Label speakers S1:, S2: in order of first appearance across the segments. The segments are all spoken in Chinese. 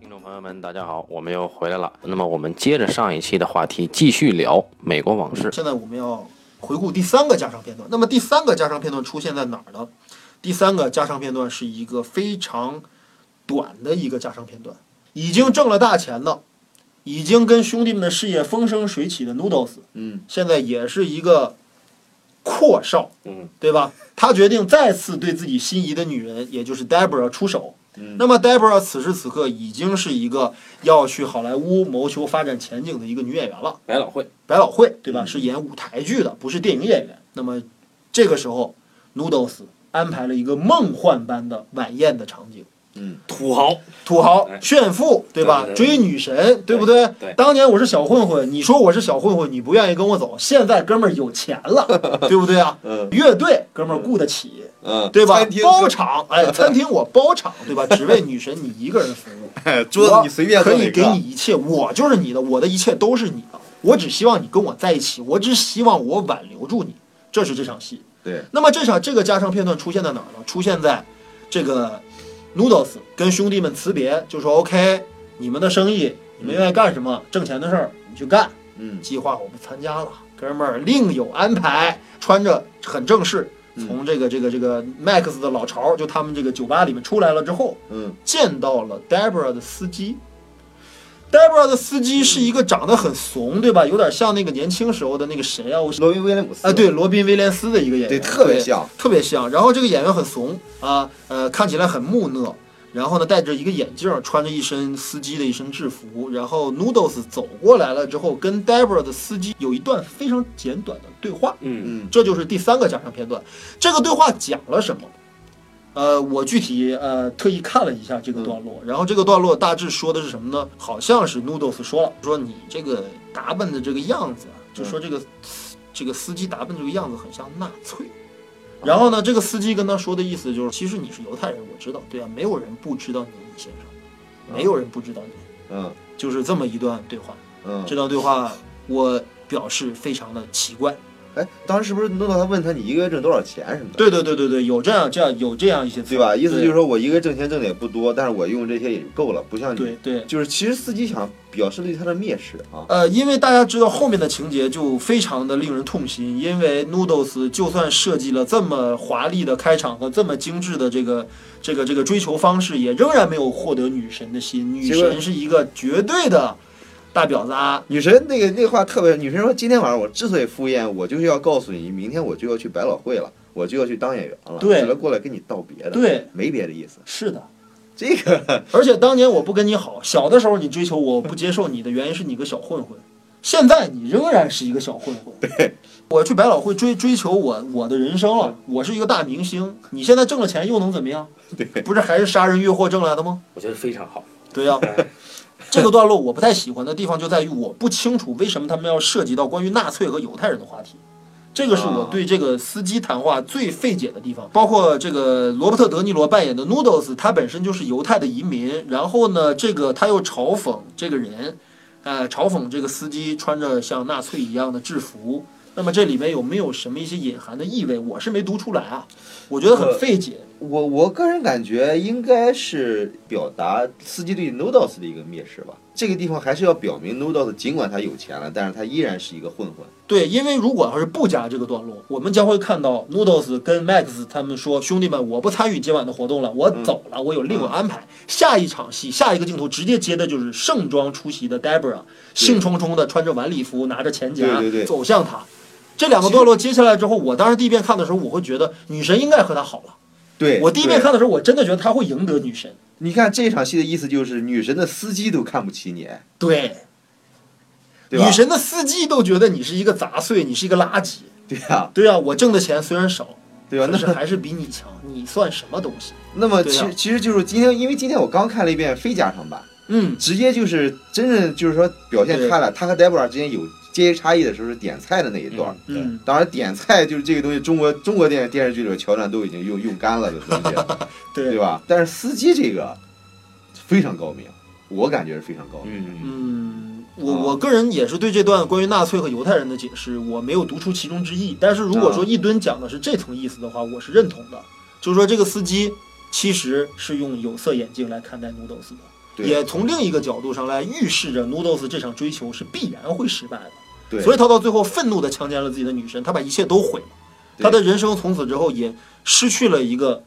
S1: 听众朋友们，大家好，我们又回来了。那么我们接着上一期的话题，继续聊美国往事。
S2: 现在我们要回顾第三个加长片段。那么第三个加长片段出现在哪儿呢？第三个加长片段是一个非常短的一个加长片段，已经挣了大钱了，已经跟兄弟们的事业风生水起的 Noodles，
S3: 嗯，
S2: 现在也是一个阔少，
S1: 嗯，
S2: 对吧？他决定再次对自己心仪的女人，也就是 Deborah 出手。
S3: 嗯
S2: 那么 Deborah 此时此刻已经是一个要去好莱坞谋求发展前景的一个女演员了。
S1: 百老汇，
S2: 百老汇，对吧？
S3: 嗯
S2: 是演舞台剧的，不是电影演员。那么这个时候，Noodles 安排了一个梦幻般的晚宴的场景，
S1: 土豪，
S2: 土豪
S1: 哎
S2: 炫富，对吧？
S1: 对对对
S2: 追女神，对不
S1: 对
S2: 对？
S1: 对
S2: 当年我是小混混，你说我是小混混，你不愿意跟我走，现在哥们儿有钱了，对不对啊？
S3: 嗯
S2: 乐队哥们儿雇得起，
S3: 嗯，
S2: 对吧
S3: 餐厅？
S2: 包场，哎，餐厅我包场，对吧？只为女神你一个人服务。
S3: 哎桌子你随便
S2: 我可
S3: 坐
S2: 以
S3: 哪
S2: 给你
S3: 个，
S2: 一切，我就是你的，我的一切都是你的。我只希望你跟我在一起，我只希望我挽留住你。这是这场戏。
S3: 对，
S2: 那么这场这个加长片段出现在哪儿呢？出现在这个 Noodles 跟兄弟们辞别，就说 OK，你们的生意，你们愿意干什么，挣钱的事儿你去干。
S3: 嗯
S2: 计划我不参加了，哥们儿另有安排。穿着很正式，
S3: 嗯
S2: 从这个这个这个 Max 的老巢，就他们这个酒吧里面出来了之后，
S3: 嗯
S2: 见到了 Deborah 的司机。Deborah 的司机是一个长得很怂，对吧？有点像那个年轻时候的那个谁啊？我
S3: 罗宾威廉姆斯
S2: 啊，对，罗宾威廉斯的一个演员，
S3: 对，特别，像，
S2: 特别像。然后这个演员很怂啊，呃，看起来很木讷。然后呢，戴着一个眼镜，穿着一身司机的一身制服。然后 Noodles 走过来了之后，跟 Deborah 的司机有一段非常简短的对话。
S1: 嗯，
S3: 嗯
S2: 这就是第三个加长片段。这个对话讲了什么？呃，我具体呃特意看了一下这个段落，然后这个段落大致说的是什么呢？好像是 Noodles 说了，说你这个打扮的这个样子啊，就说这个、这个司机打扮这个样子很像纳粹。然后呢，这个司机跟他说的意思就是，其实你是犹太人，我知道，对啊，没有人不知道你李先生，没有人不知道你，
S3: 嗯
S2: 就是这么一段对话。这
S3: 嗯，
S2: 段对话我表示非常的奇怪。
S3: 哎，当时是不是弄到他问他你一个月挣多少钱什么的，
S2: 对对对对对，有这样这样有这样一些词，
S3: 对吧？意思就是
S2: 对
S3: 说我一个月挣钱挣的也不多，但是我用这些也就够了，不像你，
S2: 对对，
S3: 就是其实司机想表示对他的蔑视啊，
S2: 呃，因为大家知道后面的情节就非常的令人痛心，因为 Noodles 就算设计了这么华丽的开场和这么精致的这个这个这个追求方式，也仍然没有获得女神的心。女
S3: 结果
S2: 神是一个绝对的大婊子啊，
S3: 女神那个那话特别，女神说今天晚上我之所以赴宴，我就是要告诉你，明天我就要去百老汇了，我就要去当演员了，
S2: 对
S3: 只能过来跟你道别的，
S2: 对，
S3: 没别的意思。
S2: 是的。
S3: 这个
S2: 而且当年我不跟你好，小的时候你追求我，我不接受你的原因是你个小混混，现在你仍然是一个小混混。我去百老汇追追求我我的人生了，我是一个大明星，你现在挣了钱又能怎么样？
S3: 对
S2: 不是还是杀人越货挣来的吗？
S1: 我觉得非常好。
S2: 对呀、 这个段落我不太喜欢的地方就在于我不清楚为什么他们要涉及到关于纳粹和犹太人的话题，这个是我对这个司机谈话最费解的地方。包括这个罗伯特·德尼罗扮演的 Noodles，他本身就是犹太的移民，然后呢，这个他又嘲讽这个人，呃，嘲讽这个司机穿着像纳粹一样的制服。那么这里面有没有什么一些隐含的意味？我是没读出来啊，我觉得很费解。
S3: 我我个人感觉应该是表达司机对 Noodles 的一个蔑视吧。这个地方还是要表明 Noodles 尽管他有钱了，但是他依然是一个混混。
S2: 对，因为如果要是不加这个段落，我们将会看到 Noodles 跟 Max 他们说：“兄弟们，我不参与今晚的活动了，我
S3: 嗯
S2: 走了，我有另有安排。下一场戏，下一个镜头直接接的就是盛装出席的 Deborah，兴冲冲的穿着晚礼服，拿着钱夹
S3: 对对对
S2: 走向他。这两个段落接下来之后，我当时第一遍看的时候，我会觉得女神应该和他好了。
S3: 对
S2: 我第一
S3: 对
S2: 遍看的时候，我真的觉得他会赢得女神。
S3: 你看这场戏的意思就是女神的司机都看不起你，
S2: 对，
S3: 对吧？
S2: 女神的司机都觉得你是一个杂碎，你是一个垃圾。
S3: 对呀、
S2: 对啊，我挣的钱虽然少，
S3: 对吧？
S2: 但
S3: 那
S2: 是还是比你强，你算什么东西？
S3: 那么
S2: 对啊
S3: 其、
S2: 呀
S3: 其实就是今天，因为今天我刚看了一遍非加长版，
S2: 嗯，
S3: 直接就是真正就是说表现
S2: 对
S3: 开了，他和 Deborah 之间有阶级差异的时候是点菜的那一段。
S1: 嗯，
S2: 嗯，
S3: 当然，点菜就是这个东西，中国中国电视电视剧里的桥段都已经用用干了的东西，对
S4: 嗯
S2: 对，
S3: 吧？但是司机这个非常高明，我感觉是非常高明。
S1: 嗯，
S2: 嗯，我
S3: 啊
S2: 我个人也是对这段关于纳粹和犹太人的解释，我没有读出其中之意。但是如果说
S3: 啊
S2: 一吨讲的是这层意思的话，我是认同的。就是说，这个司机其实是用有色眼镜来看待 Noodles 的，
S3: 对
S2: 也从另一个角度上来预示着 Noodles 这场追求是必然会失败的。
S3: 对，
S2: 所以他到最后愤怒地强奸了自己的女神，他把一切都毁了。
S3: 对
S2: 他的人生从此之后也失去了一个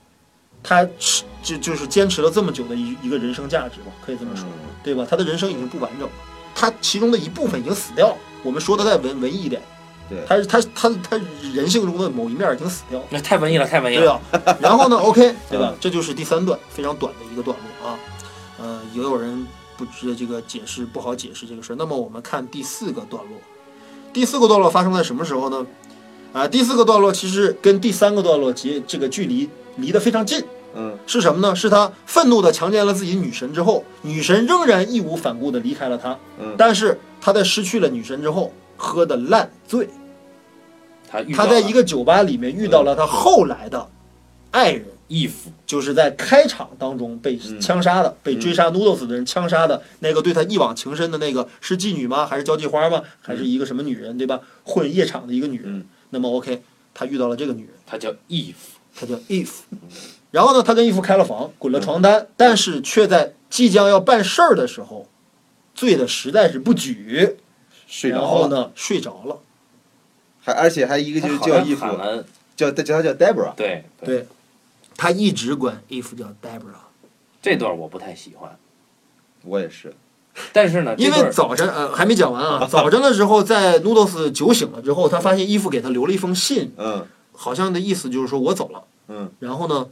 S2: 他是就就是坚持了这么久的一一个人生价值吧，可以这么说，
S3: 嗯
S2: 对吧？他的人生已经不完整了，他其中的一部分已经死掉了。我们说的再文文艺一点，
S3: 对
S2: 他他他他人性中的某一面已经死掉了。
S4: 那太文艺了，太文艺
S2: 对
S4: 了。
S2: 啊，然后呢，OK，对吧？这就是第三段非常短的一个段落啊。呃，也有人不知这个解释不好解释这个事儿。那么我们看第四个段落，第四个段落发生在什么时候呢？啊、第四个段落其实跟第三个段落结这个距离离得非常近，
S3: 嗯
S2: 是什么呢？是他愤怒地强奸了自己女神之后，女神仍然义无反顾地离开了他，
S3: 嗯，
S2: 但是他在失去了女神之后喝的烂醉，
S4: 他遇到
S2: 他
S4: 了
S2: 在一个酒吧里面遇到了他后来的爱人。
S4: 义父，
S2: 就是在开场当中被
S3: 嗯
S2: 枪杀的，被
S3: 嗯
S2: 追杀 Noodles 的人枪杀的那个对他一往情深的那个是妓女吗？还是交际花吗？还是一个什么女人对吧？混夜场的一个女人。
S3: 嗯
S2: 那么 OK，他遇到了这个女人，
S4: 他叫义父，
S2: 她叫 Eve。然后呢，他跟 Eve 开了房，滚了床单，但是却在即将要办事儿的时候，醉的实在是不举，
S3: 睡
S2: 然
S3: 着
S2: 后
S3: 了，
S2: 呢睡着了。
S3: 还而且还一个就是
S4: 他好
S3: 叫
S4: 像
S3: 义父
S4: 喊，了，
S3: 叫叫他叫 Debra，
S4: 对
S2: 对他一直管 Eve 叫 Debra，
S4: 这段我不太喜欢，
S3: 我也是，
S4: 但是呢，这
S2: 因
S4: 段
S2: 为早晨呃还没讲完啊，早晨的时候在 Noodles 酒醒了之后，他发现 Eve 给他留了一封信，
S3: 嗯
S2: 好像的意思就是说我走了，
S3: 嗯，
S2: 然后呢，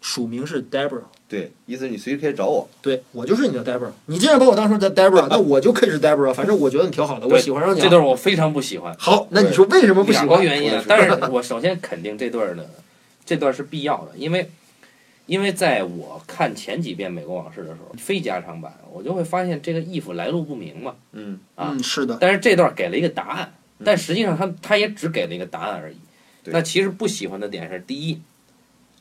S2: 署名是 Debra，
S3: 对，意思是你随时可以找我，
S2: 对我就是你的 Debra，你既然把我当成的 Debra，那我就可以是 Debra，反正我觉得你挺好的，
S4: 对
S2: 我喜欢上你
S4: 这
S2: 了。
S4: 段我非常不喜欢，
S2: 好，那你说为什么不喜
S4: 两个
S2: 欢？
S4: 原因
S3: 我也
S4: 啊
S3: 是。
S4: 但是我首先肯定这段的，这段是必要的，因为因为在我看前几遍《美国往事》的时候，非加长版，我就会发现这个义父来路不明嘛。
S3: 嗯
S4: 啊
S2: 嗯，是的，
S4: 但是这段给了一个答案
S3: 嗯，
S4: 但实际上他他也只给了一个答案而已。
S3: 对
S4: 那其实不喜欢的点是，第一，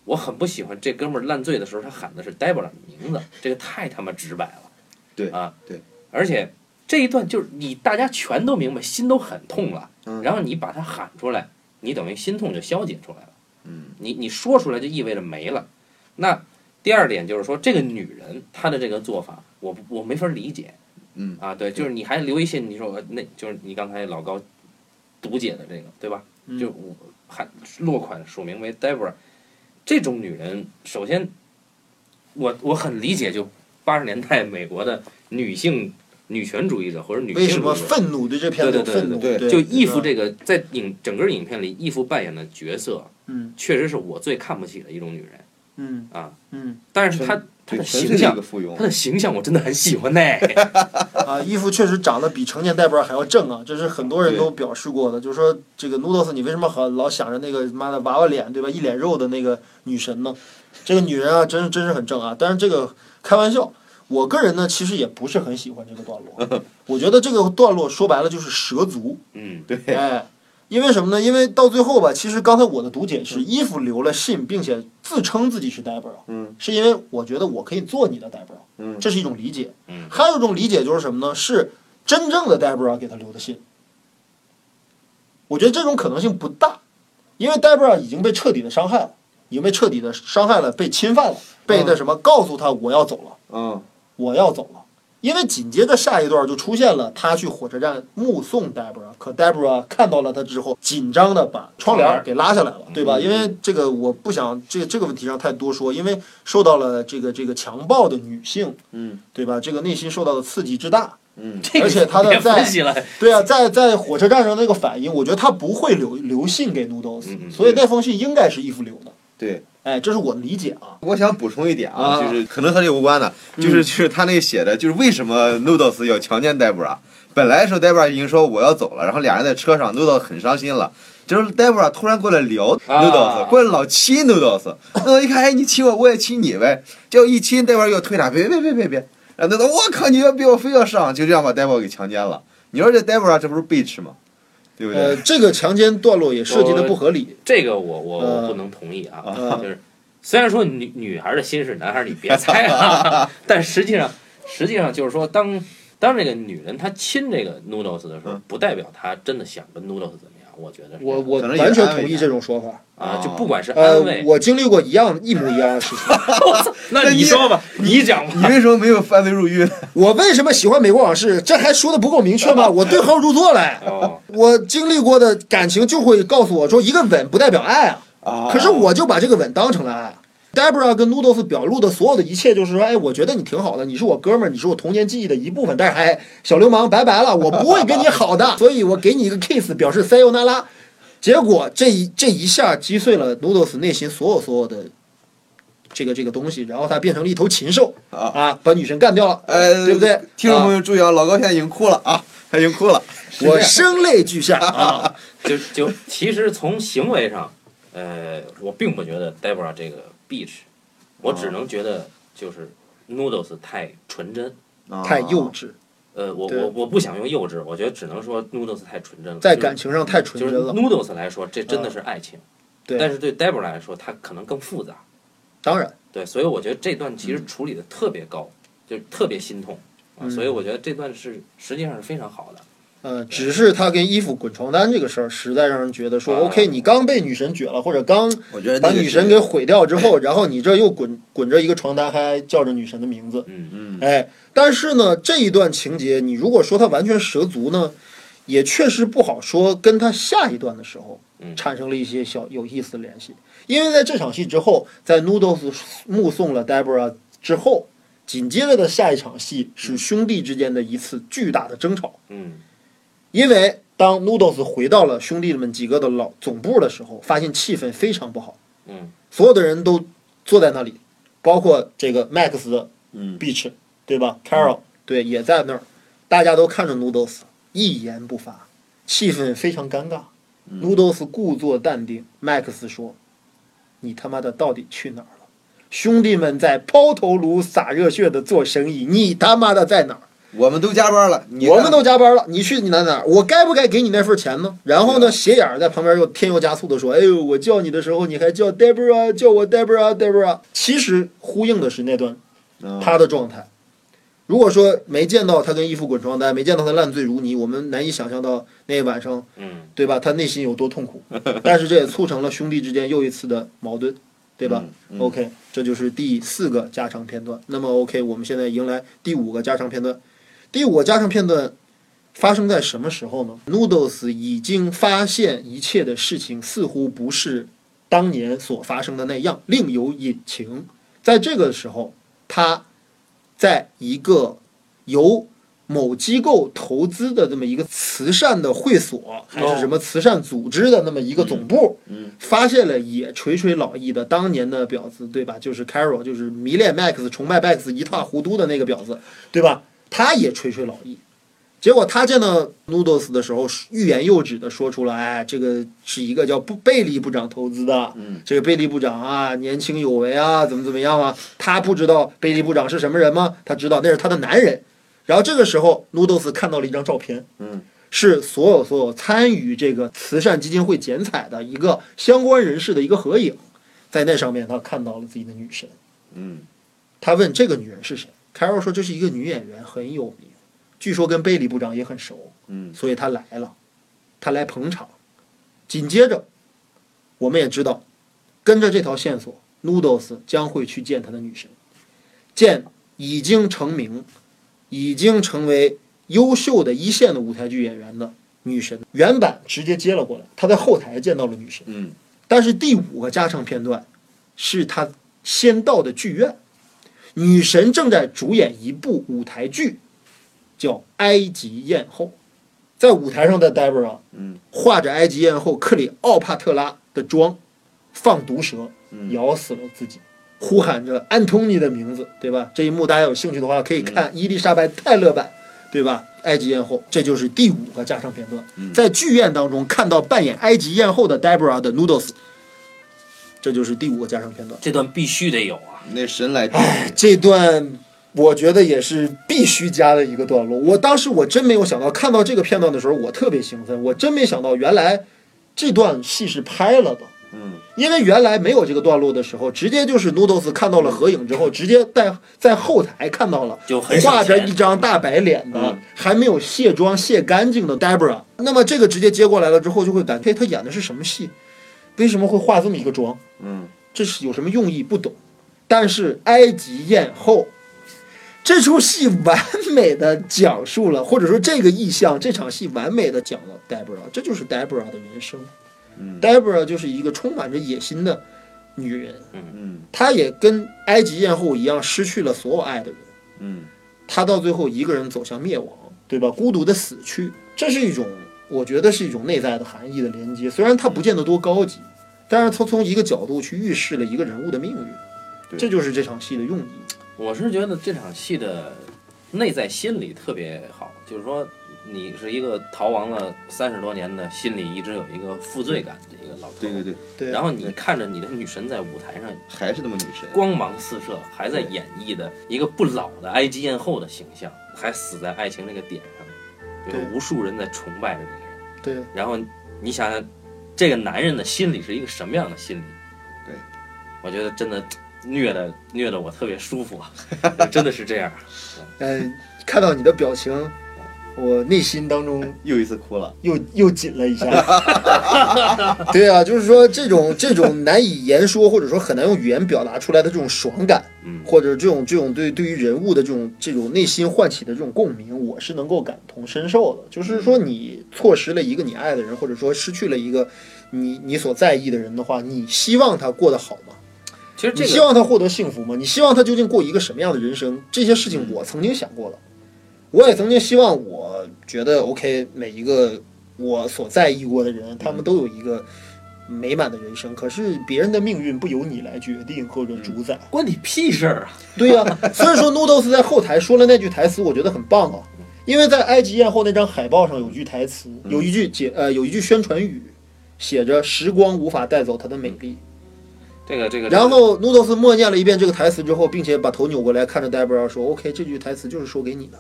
S4: 我很不喜欢这哥们儿烂醉的时候，他喊的是 Debra 的名字，这个太他妈直白了。
S3: 对
S4: 啊，
S3: 对，
S4: 而且这一段就是你大家全都明白，心都很痛了，
S3: 嗯，
S4: 然
S3: 后
S4: 后你把它喊出来，你等于心痛就消解出来了。
S3: 嗯
S4: 你你说出来就意味着没了。那第二点就是说，这个女人她的这个做法，我不我没法理解。
S3: 嗯
S4: 啊，对，就是你还留一些，你说我呃那就是你刚才老高读解的这个，对吧？
S2: 嗯
S4: 就我还落款署名为 Debra，这种女人，首先我我很理解，就八十年代美国的女性女权主义者或者女性
S2: 为什么
S4: 主义者
S2: 愤怒对这片子
S4: 对
S2: 有
S4: 对对
S2: 愤怒？
S3: 对
S2: 对，
S4: 就义父
S2: 是吧，
S4: 这个在影整个影片里，义父扮演的角色，
S2: 嗯
S4: 确实是我最看不起的一种女人
S2: 嗯
S4: 啊。
S2: 嗯
S4: 但是她她
S3: 对，
S4: 的
S3: 纯
S4: 形
S3: 粹是一
S4: 象
S3: 个，附庸
S4: 她，的形象我真的很喜 欢呢。
S2: 啊，义父确实长得比成年 Debra 还要正啊，这是很多人
S3: 对
S2: 都表示过的，就是说这个 Noodles 你为什么好老想着那个妈的娃娃脸对吧，一脸肉的那个女神呢？这个女人啊，真是真是很正啊，但是这个开玩笑。我个人呢，其实也不是很喜欢这个段 落。我觉得这个段落说白了就是蛇足，
S4: 嗯，
S3: 对，
S2: 哎，因为什么呢？因为到最后吧，其实刚才我的读解是，伊芙留了信，并且自称自己是 Debra，
S3: 嗯
S2: 是因为我觉得我可以做你的 Debra，
S3: 嗯
S2: 这是一种理解。
S4: 嗯
S2: 还有一种理解就是什么呢？是真正的 Debra 给他留的信。我觉得这种可能性不大，因为 Debra 已经被彻底的伤害了，已经被彻底的伤害了，被侵犯了，被那什么告诉他我要走了，
S3: 嗯
S2: 我要走了。因为紧接着下一段就出现了他去火车站目送 Debra，可 Debra 看到了他之后，紧张的把窗帘儿给拉下来了，对吧？因为这个我不想这这个问题上太多说，因为受到了这个这个强暴的女性，
S3: 嗯
S2: 对吧？这个内心受到的刺激之大，
S3: 嗯，
S4: 这个
S2: 而且她的
S4: 别
S2: 在
S4: 分析了，
S2: 对啊，在在火车站上那个反应，我觉得他不会留留信给 Noodles，、
S4: 嗯嗯
S2: 所以那封信应该是义父留的。
S3: 对。
S2: 哎，这是我的理解啊。
S3: 我想补充一点啊，
S2: 啊
S3: 就是可能和这无关的，就是就是他那个写的，就是为什么 Noodles 要强奸 Debra。本来的时候 Debra 已经说我要走了，然后俩人在车上，Noodles 很伤心了。就是 Debra 突然过来聊 Noodles，、
S4: 啊
S3: 过来老亲 Noodles。Noodles 一看，哎，你亲我，我也亲你呗。结果一亲，Debra 又推他，别别别别别。然后 Noodles，我靠，你要逼我非要上，就这样把 Debra 给强奸了。你说这 Debra 这不是 bitch 吗？对不对？
S2: 呃，这个强奸段落也涉及的不合理。
S4: 这个我我我
S2: 呃
S4: 不能同意啊，
S2: 呃
S4: 就是虽然说女女孩的心是男孩，你别猜 啊，但实际上实际上就是说，当当这个女人她亲这个 noodles 的时候
S3: 嗯，
S4: 不代表她真的想跟 noodles 怎么样，我觉得是
S2: 我我
S3: 可能也
S2: 完全
S3: 安慰
S2: 同意
S3: 他
S2: 这种说法。
S4: 啊，就不管是
S2: 呃
S4: 安，慰，
S2: 我经历过一样一模一样的事情。
S4: 那你说吧，你讲吧，
S3: 你为什么没有犯罪入狱呢？
S2: 我为什么喜欢《美国往事》？这还说的不够明确吗？我对号入座嘞。
S4: 哦，
S2: 我经历过的感情就会告诉我说，一个吻不代表爱啊。
S3: 啊
S2: 可是我就把这个吻当成了爱。Debra 跟 Noodles 表露的所有的一切，就是说，哎，我觉得你挺好的，你是我哥们儿，你是我童年记忆的一部分。但是，哎，小流氓，拜拜了，我不会跟你好 的，所以我给你一个 kiss，表示 say 那拉。结果这一这一下击碎了 Noodles 内心所有所有的这个这个东西，然后他变成了一头禽兽
S3: 啊
S2: 啊，把女神干掉了，
S3: 呃，
S2: 对不对？
S3: 听众
S2: 啊
S3: 朋友注意啊，老高现在已经哭了啊，他已经哭了。是
S2: 我
S3: 这样
S2: 声泪俱下啊！
S4: 就就其实从行为上，呃，我并不觉得 Debra 这个 bitch，我
S2: 哦
S4: 只能觉得就是 Noodles 太纯真。
S3: 啊
S2: 太幼稚，
S4: 呃，我
S2: 对
S4: 我我不想用幼稚，我觉得只能说 Noodles 太纯真了，
S2: 在
S4: 就是
S2: 感情上太纯
S4: 就是
S2: 真了。嗯
S4: Noodles 来说，这真的是爱情。
S2: 对
S4: 但是对 Debra 来说，它可能更复杂。
S2: 当然，
S4: 对，所以我觉得这段其实处理的特别高，就是特别心痛啊。
S2: 嗯
S4: 所以我觉得这段是实际上是非常好的。
S2: 呃，只是他跟衣服滚床单这个事儿，实在让人觉得说
S4: 啊
S2: ，OK，你刚被女神撅了，或者刚
S3: 我觉得
S2: 把
S3: 那个
S2: 女
S3: 是
S2: 神给毁掉之后，然后你这又滚滚着一个床单，还叫着女神的名字，
S4: 嗯，
S3: 嗯
S2: 哎，但是呢，这一段情节，你如果说它完全蛇足呢，也确实不好说，跟他下一段的时候
S4: 嗯
S2: 产生了一些小有意思的联系，因为在这场戏之后，在 Noodles 目送了 Debra 之后，紧接着的下一场戏是兄弟之间的一次巨大的争吵。
S4: 嗯
S2: 因为当 Noodles 回到了兄弟们几个的老总部的时候，发现气氛非常不好，
S4: 嗯
S2: 所有的人都坐在那里，包括这个 Max、
S3: 嗯
S2: Beach，对吧？Carol 对也在那儿，大家都看着 Noodles，一言不发，气氛非常尴尬。Noodles 故作淡定，Max 说：“你他妈的到底去哪儿了？兄弟们在抛头颅洒热血的做生意，你他妈的在哪儿？”
S3: 我们都加班了，你
S2: 我
S3: 干
S2: 们都加班了，你去你哪哪？我该不该给你那份钱呢？然
S3: 啊
S2: 后呢，斜眼儿在旁边又添油加醋的说：“哎呦，我叫你的时候，你还叫 Debra，叫我 Debra，Debra。”其实呼应的是那段
S3: 嗯
S2: 他的状态。如果说没见到他跟义父滚床单，没见到他烂醉如泥，我们难以想象到那晚上，
S4: 嗯
S2: 对吧？他内心有多痛 苦。但是这也促成了兄弟之间又一次的矛盾，对吧？
S3: 嗯嗯
S2: OK，这就是第四个加长片段。那么 OK，我们现在迎来第五个加长片段。第五个加长片段发生在什么时候呢？Noodles 已经发现一切的事情似乎不是当年所发生的那样，另有隐情。在这个时候，他在一个由某机构投资的这么一个慈善的会所，还是什么慈善组织的那么一个总部，发现了也垂垂老矣的当年的婊子，对吧？就是 Carol，就是迷恋 Max、崇拜 Max 一塌糊涂的那个婊子，对吧？他也垂垂老矣。结果他见到 Noodles 的时候，欲言又止的说出来，哎，这个是一个叫不贝利部长投资的，
S3: 嗯，
S2: 这个贝利部长啊，年轻有为啊，怎么怎么样啊？他不知道贝利部长是什么人吗？他知道那是他的男人。然后这个时候，Noodles 看到了一张照片，
S3: 嗯，
S2: 是所有所有参与这个慈善基金会剪彩的一个相关人士的一个合影，在那上面他看到了自己的女神，
S3: 嗯
S2: 他问这个女人是谁，Carol 说这是一个女演员，很有名，据说跟贝利部长也很熟，
S3: 嗯
S2: 所以他来了，他来捧场。紧接着，我们也知道，跟着这条线索，Noodles 将会去见他的女神，见已经成名、已经成为优秀的一线的舞台剧演员的女神。原版直接接了过来，他在后台见到了女神。
S3: 嗯
S2: 但是第五个加长片段是他先到的剧院，女神正在主演一部舞台剧，叫《埃及艳后》。在舞台上的 Debra，
S3: 嗯，
S2: 画着埃及艳后克里奥帕特拉的妆，放毒蛇，
S3: 嗯
S2: 咬死了自己，呼喊着安东尼的名字，对吧？这一幕大家有兴趣的话，可以看伊丽莎白泰勒版，对吧？埃及艳后，这就是第五个加长片段。在剧院当中看到扮演埃及艳后的 Debra 的 Noodles，这就是第五个加长片段。
S4: 这段必须得有啊。
S3: 那神来治
S2: 哎， 这段我觉得也是必须加的一个段落。我当时我真没有想到，看到这个片段的时候，我特别兴奋，我真没想到原来这段戏是拍了的。
S3: 嗯，
S2: 因为原来没有这个段落的时候，直接就是 Noodles 看到了合影之后，直接在在后台看到了
S4: 就很省
S2: 画着
S4: 钱
S2: 一张大白脸的、
S3: 嗯
S2: 还没有卸妆卸干净的 Debra。那么这个直接接过来了之后，就会感觉嘿，他演的是什么戏？为什么会化这么一个妆？
S3: 嗯，
S2: 这是有什么用意？不懂。但是埃及艳后这出戏完美的讲述了，或者说这个意象，这场戏完美的讲了 Debra，这就是 Debra 的原生。
S3: 嗯
S2: Debra 就是一个充满着野心的女人，
S3: 嗯
S2: 她也跟埃及艳后一样失去了所有爱的人，
S3: 嗯
S2: 她到最后一个人走向灭亡，对吧？孤独的死去，这是一种我觉得是一种内在的含义的连接，虽然它不见得多高级，但是它从一个角度去预示了一个人物的命运，
S3: 对
S2: 这就是这场戏的用意。
S4: 我是觉得这场戏的内在心理特别好，就是说你是一个逃亡了三十多年的，心里一直有一个负罪感的一个老头。
S3: 对对对，
S2: 对，
S4: 然后你看着你的女神在舞台上
S3: 还是那么女神，
S4: 光芒四射，还在演绎的一个不老的埃及艳后的形象，还死在爱情这个点上，有
S2: 对
S4: 无数人在崇拜着这个人。
S2: 对
S4: 然后你想想，这个男人的心理是一个什么样的心理？
S3: 对，
S4: 我觉得真的虐的虐的我特别舒服啊， 真的是这样。
S2: 呃，看到你的表情，我内心 当中
S3: 又一次哭了。
S2: 又又紧了一下。 对啊，就是说这种这种难以言说或者说很难用语言表达出来的这种爽感，
S4: 嗯
S2: 或者这种这种对对于人物的这种这种内心唤起的这种共鸣，我是能够感同身受的。就是说，你错失了一个你爱的人，或者说失去了一个你你所在意的人的话，你希望他过得好吗？
S4: 其实
S2: 你
S4: 这
S2: 希
S4: 个
S2: 望他获得幸福吗？你希望他究竟过一个什么样的人生？这些事情我曾经想过了，我也曾经希望，我觉得 OK，每一个我所在意过的人，他们都有一个美满的人生。可是别人的命运不由你来决定或者主宰。
S4: 关你屁事儿啊！
S2: 对呀、 所以说 Noodles 在后台说了那句台词，我觉得很棒啊，因为在埃及艳后那张海报上有句台词，有一句解呃有一句宣传语，写着“时光无法带走她的美丽”。
S4: 这个这个，
S2: 然后 Noodles 默念了一遍这个台词之后，并且把头扭过来看着 Debra 说：“OK，这句台词就是说给你的，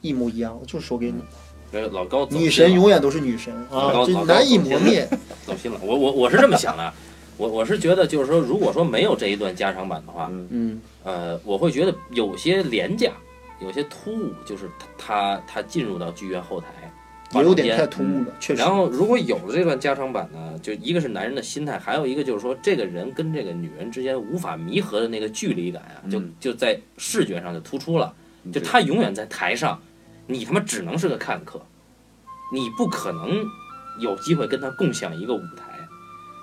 S2: 一模一样，就是说给你的。
S4: 这个老高走心了
S2: 女神永远都是女神
S4: 老
S2: 啊
S4: 高，
S2: 这
S4: 老高
S2: 难以磨灭。
S4: 走心了。我我我是这么想的啊， 我我是觉得就是说，如果说没有这一段加长版的话，
S3: 嗯
S2: 嗯，
S4: 呃，我会觉得有些廉价，有些突兀，就是他他他进入到剧院后台，
S2: 也
S4: 化
S2: 有
S4: 妆
S2: 点
S4: 间
S2: 太突兀了，确
S4: 嗯
S2: 实
S4: 然。后，如果有了这段加长版呢，就一个是男人的心态，还有一个就是说，这个人跟这个女人之间无法弥合的那个距离感啊，就
S3: 嗯
S4: 就在视觉上就突出了。就
S3: 对
S4: 他永远在台上，你他妈只能是个看客，你不可能有机会跟他共享一个舞台。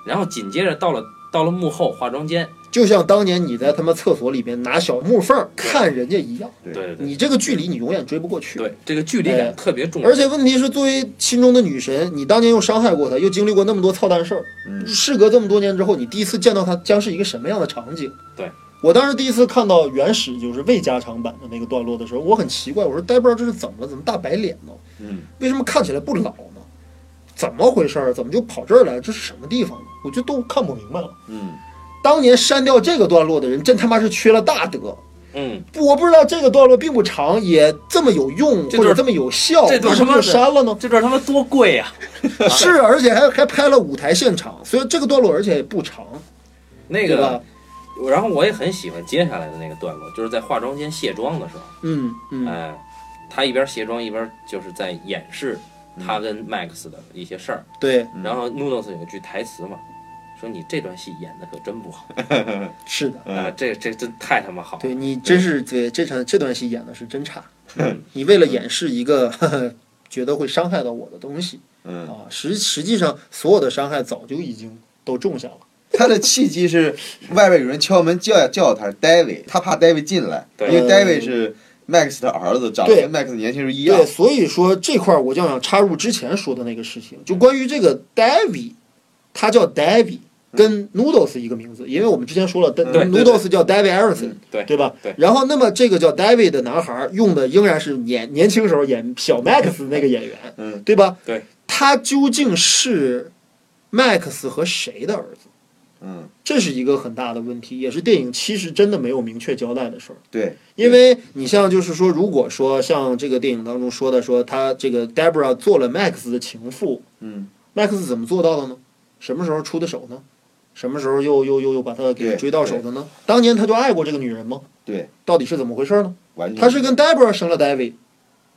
S4: 然后紧接着到了到了幕后化妆间，
S2: 就像当年你在他妈厕所里边拿小木缝看人家一样，
S3: 对
S4: 对对
S2: 你这个距离你永远追不过去。
S4: 对，这个距离
S2: 哎
S4: 感特别重要。
S2: 而且问题是，作为心中的女神，你当年又伤害过她，又经历过那么多操蛋事儿，
S3: 嗯
S2: 事隔这么多年之后，你第一次见到她将是一个什么样的场景？
S4: 对
S2: 我当时第一次看到原始就是未加长版的那个段落的时候，我很奇怪，我说呆不知道这是怎么了，怎么大白脸呢？
S3: 嗯
S2: 为什么看起来不老呢？怎么回事儿？怎么就跑这儿来了？这是什么地方呢？我就都看不明白了。
S3: 嗯，
S2: 当年删掉这个段落的人，真他妈是缺了大德。
S4: 嗯，
S2: 不我不知道这个段落并不长，也这么有用
S4: 这
S2: 或
S4: 段
S2: 者这么有效，
S4: 这段
S2: 为什么
S4: 他妈
S2: 就
S4: 的
S2: 删 了呢？
S4: 这段他妈多贵啊呀、
S2: 是，而且还还拍了舞台现场，所以这个段落而且也不长，
S4: 那
S2: 对
S4: 个
S2: 吧，？
S4: 然后我也很喜欢接下来的那个段落，就是在化妆间卸妆的时候。
S2: 嗯嗯，
S4: 哎，他一边卸妆一边就是在掩饰他跟 Max 的一些事儿。
S2: 对，
S3: 嗯
S4: 然后 Noodles 有一句台词嘛，说你这段戏演的可真不好，
S2: 是的，
S4: 啊，这这真太他妈好。
S2: 嗯对你真是对这场这段戏演的是真差，你为了掩饰一个 呵呵觉得会伤害到我的东西
S3: 嗯，
S2: 啊，实实际上所有的伤害早就已经都种下了。
S3: 他的契机是外边有人敲门叫叫他，David，他怕 David 进来，因
S4: 对
S3: 为 David 是 Max 的儿子，长得
S2: 对
S3: 跟 Max 年轻时候一样
S2: 对，，所以说这块儿我就想插入之前说的那个事情，就关于这个 Davy，他叫 Davy，跟 Noodles 一个名字，因为我们之前说了
S3: 对
S4: 对
S2: n o o d l e s 叫 Davy Aronson，
S3: 嗯
S4: 对
S2: 对吧？
S4: 对
S2: 然后那么这个叫 Davy 的男孩儿用的仍然是年年轻时候演小 Max 那个演员，
S3: 嗯，
S2: 对吧？
S4: 对，
S2: 他究竟是 Max 和谁的儿子？
S3: 嗯，
S2: 这是一个很大的问题，也是电影其实真的没有明确交代的事儿。
S3: 对，
S2: 因为你像就是说，如果说像这个电影当中说的，说他这个 Debra 做了 Max 的情妇
S3: 嗯
S2: ，Max 怎么做到的呢？什么时候出的手呢？什么时候又又又又把他给
S3: 对
S2: 追到手的呢？当年他就爱过这个女人吗？
S3: 对，
S2: 到底是怎么回事呢？
S3: 完全
S2: 他是跟 Deborah 生了 David，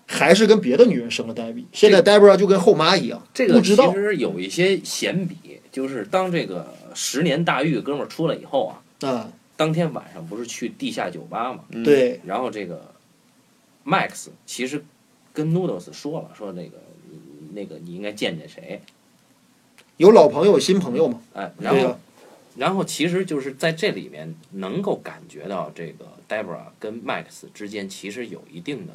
S2: 还是跟别的女人生了 David？现在 Deborah 就跟后妈一样，
S4: 这个
S2: 不
S4: 其
S2: 知道。
S4: 实有一些闲笔，就是当这个十年大狱哥们儿出来以后啊，
S2: 啊，
S4: 当天晚上不是去地下酒吧嘛，
S3: 嗯
S2: 对，
S4: 然后这个 Max 其实跟 Noodles 说了，说那个你那个你应该见见谁，
S2: 有老朋友，有新朋友嘛。
S4: 哎，然
S2: 对啊
S4: 后
S2: 吧？
S4: 然后其实就是在这里面能够感觉到这个 Debra 跟 Max 之间其实有一定的，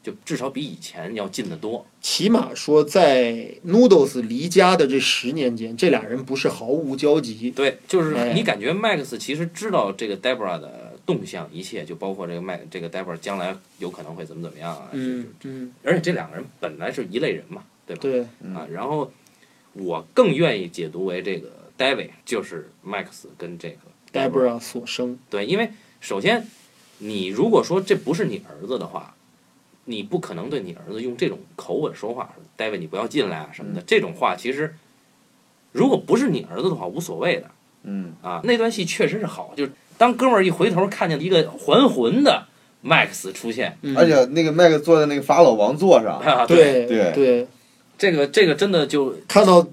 S4: 就至少比以前要近得多。
S2: 起码说，在 Noodles 离家的这十年间，这俩人不是毫无交集。
S4: 对，就是
S2: 哎
S4: 你感觉 Max 其实知道这个 Debra 的动向，一切就包括这个 Max 这个 Debra 将来有可能会怎么怎么样啊。
S2: 嗯嗯，
S4: 而且这两个人本来是一类人嘛，对吧？
S2: 对，
S3: 嗯
S4: 啊，然后我更愿意解读为这个 David 就是 Max 跟这个 Deborah
S2: Deborah 所生，
S4: 对，因为首先，你如果说这不是你儿子的话，你不可能对你儿子用这种口吻说话，说 “David，你不要进来啊”什么的。
S2: 嗯
S4: 这种话其实，如果不是你儿子的话，无所谓的
S3: 嗯
S4: 啊。那段戏确实是好，就是当哥们儿一回头看见一个还魂的 Max 出现，
S2: 嗯
S3: 而且那个麦克坐在那个法老王座上，
S4: 啊，
S2: 对
S3: 对
S2: 对，
S4: 这个这个真的就
S2: 看到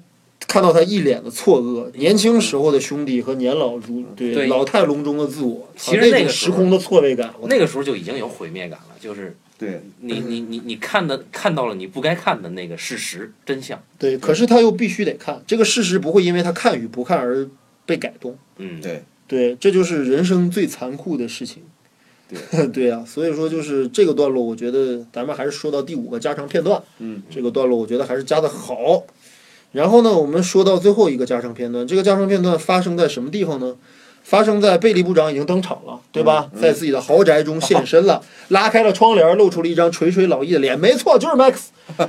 S2: 看到他一脸的错愕，年轻时候的兄弟和年老如对
S4: 对
S2: 老态龙钟的自我，
S4: 其实
S2: 啊那
S4: 那
S2: 种
S4: 个
S2: 时空的错位感，我嗯
S4: 那个时候就已经有毁灭感了，就是
S3: 对，
S4: 你你你你看的看到了你不该看的那个事实真相，
S2: 对，可是他又必须得看，这个事实不会因为他看与不看而被改动。
S4: 嗯，
S3: 对
S2: 对，这就是人生最残酷的事情。对， 对啊，所以说就是这个段落，我觉得咱们还是说到第五个加长片段。
S3: 嗯，
S2: 这个段落我觉得还是加的好。然后呢，我们说到最后一个加长片段，这个加长片段发生在什么地方呢？发生在贝利部长已经登场了，对吧？
S4: 嗯
S2: 在自己的豪宅中现身了，拉开了窗帘，露出了一张垂垂老矣的脸。没错，就 是 Max，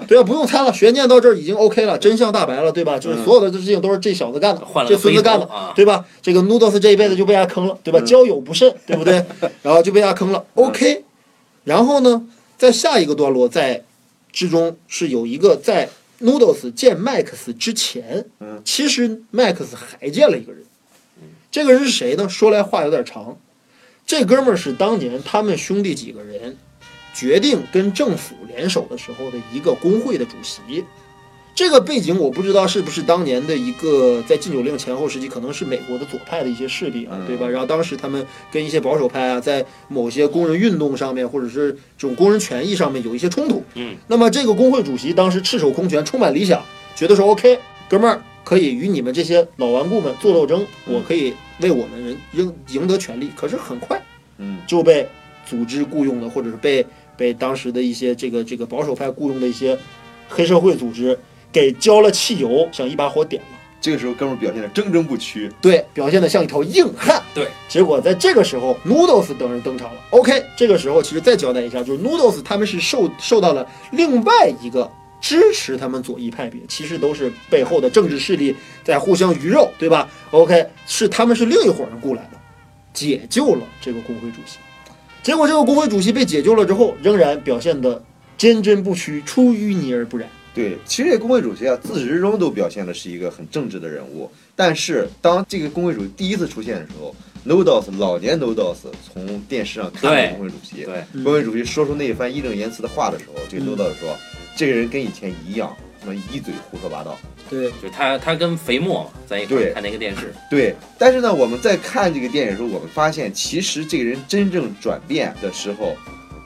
S2: 对啊吧？不用猜了，悬念到这儿已经 OK 了，真相大白了，对吧？就是所有的这事情都是这小子干的，
S4: 嗯换了
S2: 这
S4: 个
S2: 孙子干的
S4: 飞头啊，
S2: 对吧？这个 Noodles 这一辈子就被他坑了，对吧？交友不慎，对不对？然后就被他坑了。OK，然后呢，在下一个段落，在之中是有一个在 Noodles 见 Max 之前，
S3: 嗯
S2: 其实 Max 还见了一个人，这个人是谁呢？说来话有点长，这哥们儿是当年他们兄弟几个人决定跟政府联手的时候的一个工会的主席。这个背景我不知道是不是当年的一个在禁酒令前后时期，可能是美国的左派的一些势力啊，
S3: 嗯
S2: 对吧？然后当时他们跟一些保守派啊，在某些工人运动上面，或者是这种工人权益上面有一些冲突。
S4: 嗯，
S2: 那么这个工会主席当时赤手空拳，充满理想，觉得说 OK，哥们儿可以与你们这些老顽固们做斗争，我可以为我们人赢赢得权利。可是很快
S3: 嗯
S2: 就被组织雇佣了，或者是被被当时的一些这个这个保守派雇佣的一些黑社会组织给浇了汽油，想一把火点了。
S3: 这个时候哥们儿表现的铮铮不屈，
S2: 对，表现得像一头硬汉。
S4: 对，
S2: 结果在这个时候，Noodles 等人登场了。OK，这个时候其实再交代一下，就是 Noodles 他们是受受到了另外一个支持他们左翼派别，其实都是背后的政治势力在互相鱼肉，对吧？OK，是他们是另一伙人雇来的，解救了这个工会主席。结果这个工会主席被解救了之后，仍然表现得坚贞不屈，出淤泥而不染。
S3: 对，其实这个工会主席啊，自始至终都表现的是一个很正直的人物。但是当这个工会主席第一次出现的时候，Noodles 老年 Noodles 从电视上看
S4: 对
S3: 到工会主席，
S4: 对，
S2: 嗯
S3: 工会主席说出那一番义正言辞的话的时候，这个
S2: 嗯
S3: Noodles 说，这个人跟以前一样，他妈一嘴胡说八道。
S2: 对，
S4: 就他他跟肥墨嘛在一块儿
S3: 对
S4: 看那个电视，
S3: 对，但是呢，我们在看这个电影的时候，我们发现其实这个人真正转变的时候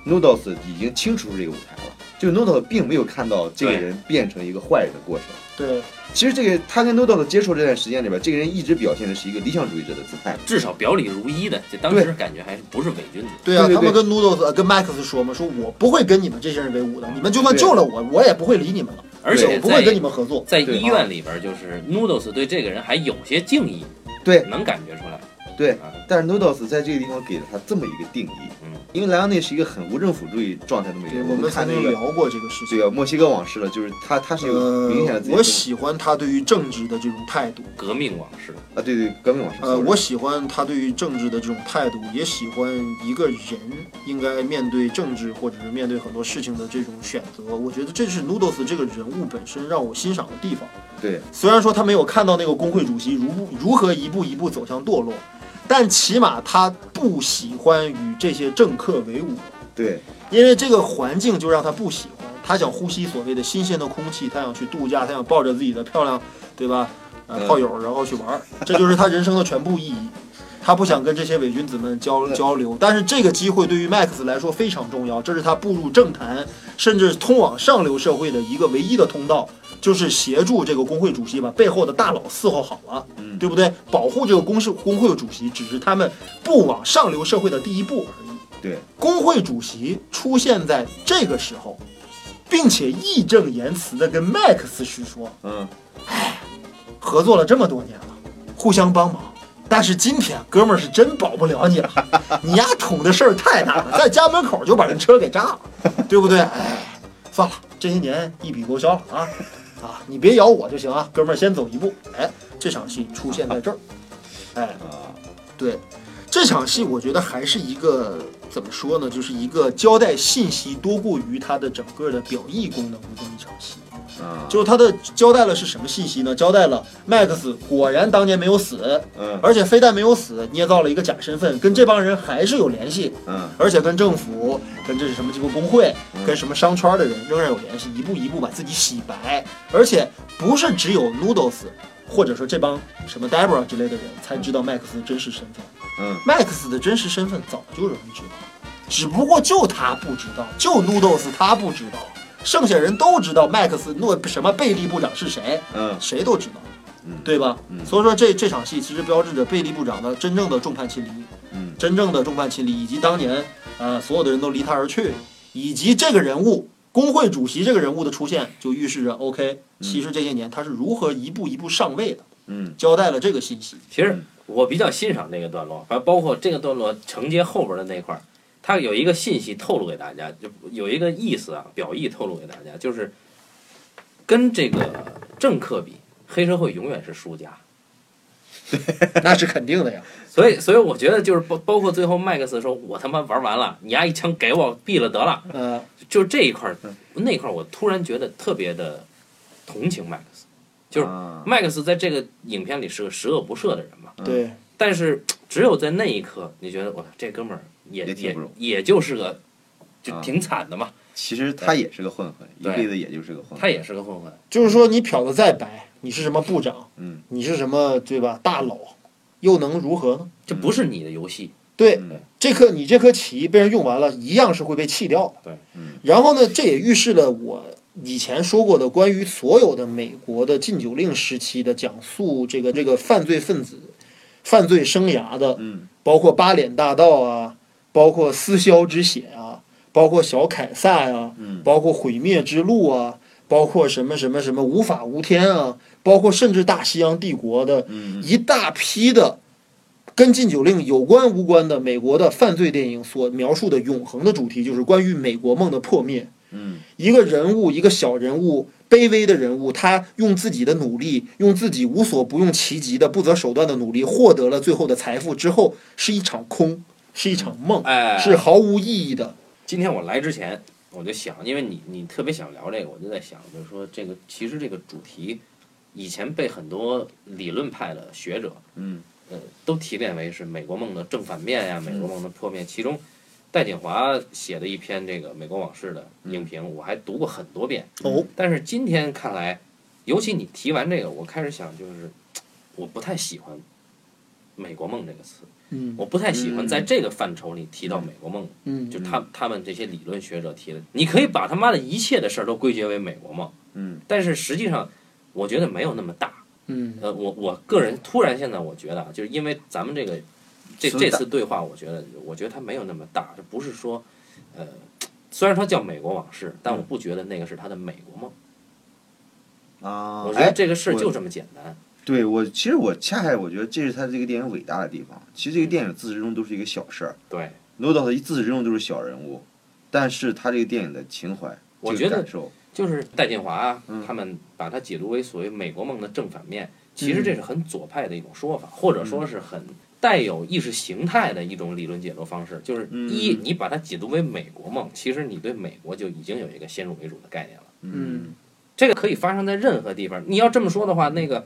S3: ，Noodles 已经清除这个舞台了。就 Noodles 并没有看到这个
S4: 对
S3: 人变成一个坏人的过程。
S2: 对，
S3: 其实这个他跟 Noodles 接触这段时间里边，这个人一直表现的是一个理想主义者的姿态。
S4: 至少表里如一的，就当时感觉还是不是伪君子。
S2: 对啊，
S3: 对对
S2: 他们跟 Noodles 呃跟 Max 说嘛，说我不会跟你们这些人为伍的，你们就算救了我，我也不会理你们了，
S4: 而
S2: 我
S4: 且
S2: 不会跟你啊
S4: 在
S2: 们合作。
S4: 在
S3: 对
S4: 医院里边，就是 Noodles 对这个人还有些敬意，
S3: 对
S4: 能感觉出来。
S3: 对
S4: 啊，
S3: 但是 Noodles 在这个地方给了他这么一个定义，
S4: 嗯，
S3: 因为莱昂内是一个很无政府主义状态的美国
S2: 对
S3: 人。
S2: 我们
S3: 们
S2: 曾
S3: 看那
S2: 经
S3: 个
S2: 聊过这个事
S3: 这
S2: 情。
S3: 个墨西哥往事了，就是他他是有
S2: 呃
S3: 明显的自己，的
S2: 我喜欢他对于政治的这种态度，
S4: 革命往事，
S3: 啊对对革命往事。
S2: 呃，
S3: sorry
S2: 我喜欢他对于政治的这种态度，也喜欢一个人应该面对政治或者是面对很多事情的这种选择。我觉得这是 Noodles 这个人物本身让我欣赏的地方。
S3: 对，
S2: 虽然说他没有看到那个工会主席如步如何一步一步走向堕落，但起码他不喜欢与这些政客为伍，
S3: 对，
S2: 因为这个环境就让他不喜欢。他想呼吸所谓的新鲜的空气，他想去度假，他想抱着自己的漂亮，对吧？呃，
S3: 嗯
S2: 炮友，然后去玩儿，这就是他人生的全部意义。他不想跟这些伪君子们交
S3: 嗯
S2: 交流，但是这个机会对于 Max 来说非常重要，这是他步入政坛，甚至通往上流社会的一个唯一的通道，就是协助这个工会主席把背后的大佬伺候好了，
S3: 嗯
S2: 对不对？保护这个公事工会主席只是他们步往上流社会的第一步而已。
S3: 对，
S2: 工会主席出现在这个时候，并且义正言辞地跟 Max 去说，
S3: 嗯，
S2: 合作了这么多年了，互相帮忙。但是今天哥们儿是真保不了你了，你丫捅的事儿太大了，在家门口就把人车给炸了，对不对？哎，算了，这些年一笔勾销了啊啊！你别咬我就行啊，哥们儿先走一步。哎，这场戏出现在这儿，哎，
S3: 啊，
S2: 对，这场戏我觉得还是一个怎么说呢，就是一个交代信息多过于它的整个的表意功能的这么一场戏。
S3: 啊，
S2: 就是他的交代了是什么信息呢？交代了 Max 果然当年没有死，
S3: 嗯
S2: 而且非但没有死，捏造了一个假身份，跟这帮人还是有联系，
S3: 嗯，
S2: 而且跟政府、跟这是什么机构工会、
S3: 嗯
S2: 跟什么商圈的人仍然有联系，一步一步把自己洗白，而且不是只有 Noodles。或者说这帮什么 Debra 之类的人才知道 Max 的真实身份
S3: 嗯，
S2: ，Max 的真实身份早就有人知道，只不过就他不知道，就 Noodles 他不知道，剩下人都知道 Max 诺什么贝利部长是谁，
S3: 嗯，
S2: 谁都知道
S3: 嗯，
S2: 对吧？
S3: 嗯
S2: 所以说这这场戏其实标志着贝利部长的真正的众叛亲离，
S3: 嗯，
S2: 真正的众叛亲离，以及当年呃所有的人都离他而去，以及这个人物工会主席这个人物的出现，就预示着 OK，其实这些年他是如何一步一步上位的，
S3: 嗯，
S2: 交代了这个信息。
S4: 其实我比较欣赏这个段落，反正包括这个段落承接后边的那块儿，它有一个信息透露给大家，就有一个意思啊，表意透露给大家，就是跟这个政客比，黑社会永远是输家。
S2: 那是肯定的呀，
S4: 所以，所以我觉得就是包包括最后麦克斯说：“我他妈玩完了，你丫一枪给我毙了得了。
S2: 呃，”
S4: 就这一块儿
S3: 嗯，
S4: 那块儿我突然觉得特别的同情麦克斯。就是
S3: 啊
S4: 麦克斯在这个影片里是个十恶不赦的人嘛，
S3: 嗯
S2: 对，
S4: 但是只有在那一刻，你觉得我这哥们儿也
S3: 也挺
S4: 也
S3: 不容
S4: 也就是个，就
S3: 啊
S4: 挺惨的嘛，
S3: 其实他也是个混混，一
S4: 对
S3: 辈子也就是个混
S4: 他
S3: 混，
S4: 也是个混混，
S2: 就是说你漂的再白，你是什么部长，
S3: 嗯，
S2: 你是什么对吧？大佬，又能如何呢？
S4: 这不是你的游戏，
S2: 对，
S3: 嗯
S2: 这颗你这颗棋被人用完了，一样是会被弃掉的。
S4: 对，
S3: 嗯。
S2: 然后呢，这也预示了我以前说过的关于所有的美国的禁酒令时期的讲述这个这个犯罪分子犯罪生涯的，
S3: 嗯，
S2: 包括八脸大盗啊，包括私消之血啊，包括小凯撒呀、
S3: 嗯
S2: 包括毁灭之路啊，包括什么什么什么无法无天啊，包括甚至大西洋帝国的
S3: 嗯
S2: 一大批的跟禁酒令有关无关的美国的犯罪电影所描述的永恒的主题，就是关于美国梦的破灭。
S3: 嗯
S2: 一个人物，一个小人物，卑微的人物，他用自己的努力，用自己无所不用其极的不择手段的努力，获得了最后的财富之后，是一场空，是一场梦，
S4: 哎，
S2: 是毫无意义的。
S4: 今天我来之前，我就想，因为你你特别想聊这个，我就在想，就是说这个其实这个主题，以前被很多理论派的学者，
S3: 嗯，
S4: 呃，都提炼为是美国梦的正反面
S2: 嗯
S4: 呀、美国梦的破灭。其中，戴锦华写的一篇这个《美国往事》的影评，我还读过很多遍。
S2: 嗯哦，
S4: 但是今天看来，尤其你提完这个，我开始想，就是我不太喜欢“美国梦”这个词，
S2: 嗯
S4: 我不太喜欢在这个范畴里提到
S3: 嗯
S4: 美国梦。
S2: 嗯
S4: 就他他们这些理论学者提的，你可以把他妈的一切的事儿都归结为美国梦，
S3: 嗯，
S4: 但是实际上，我觉得没有那么大。
S2: 嗯
S4: 呃，我我个人突然现在我觉得啊，就是因为咱们这个这
S3: 是的
S4: 这次对话，我觉得我觉得它没有那么大，这不是说，呃，虽然它叫美国往事，但我
S3: 嗯
S4: 不觉得那个是他的美国梦，
S3: 啊，
S4: 我觉
S3: 哎
S4: 得，这个事儿
S3: 我
S4: 就这么简单。
S3: 对我其实我恰恰我觉得这是他这个电影伟大的地方。其实这个电影自始至终都是一个小事儿，
S4: 对，
S3: 罗导他自始至终都是小人物，但是他这个电影的情怀，
S4: 我
S3: 这个
S4: 觉得
S3: 感受，
S4: 就是戴锦华啊
S3: 嗯
S4: 他们把它解读为所谓美国梦的正反面，其实这是很左派的一种说法，或者说是很带有意识形态的一种理论解读方式。就是
S3: 嗯
S4: 一，你把它解读为美国梦，其实你对美国就已经有一个先入为主的概念了。
S2: 嗯，
S4: 这个可以发生在任何地方。你要这么说的话，那个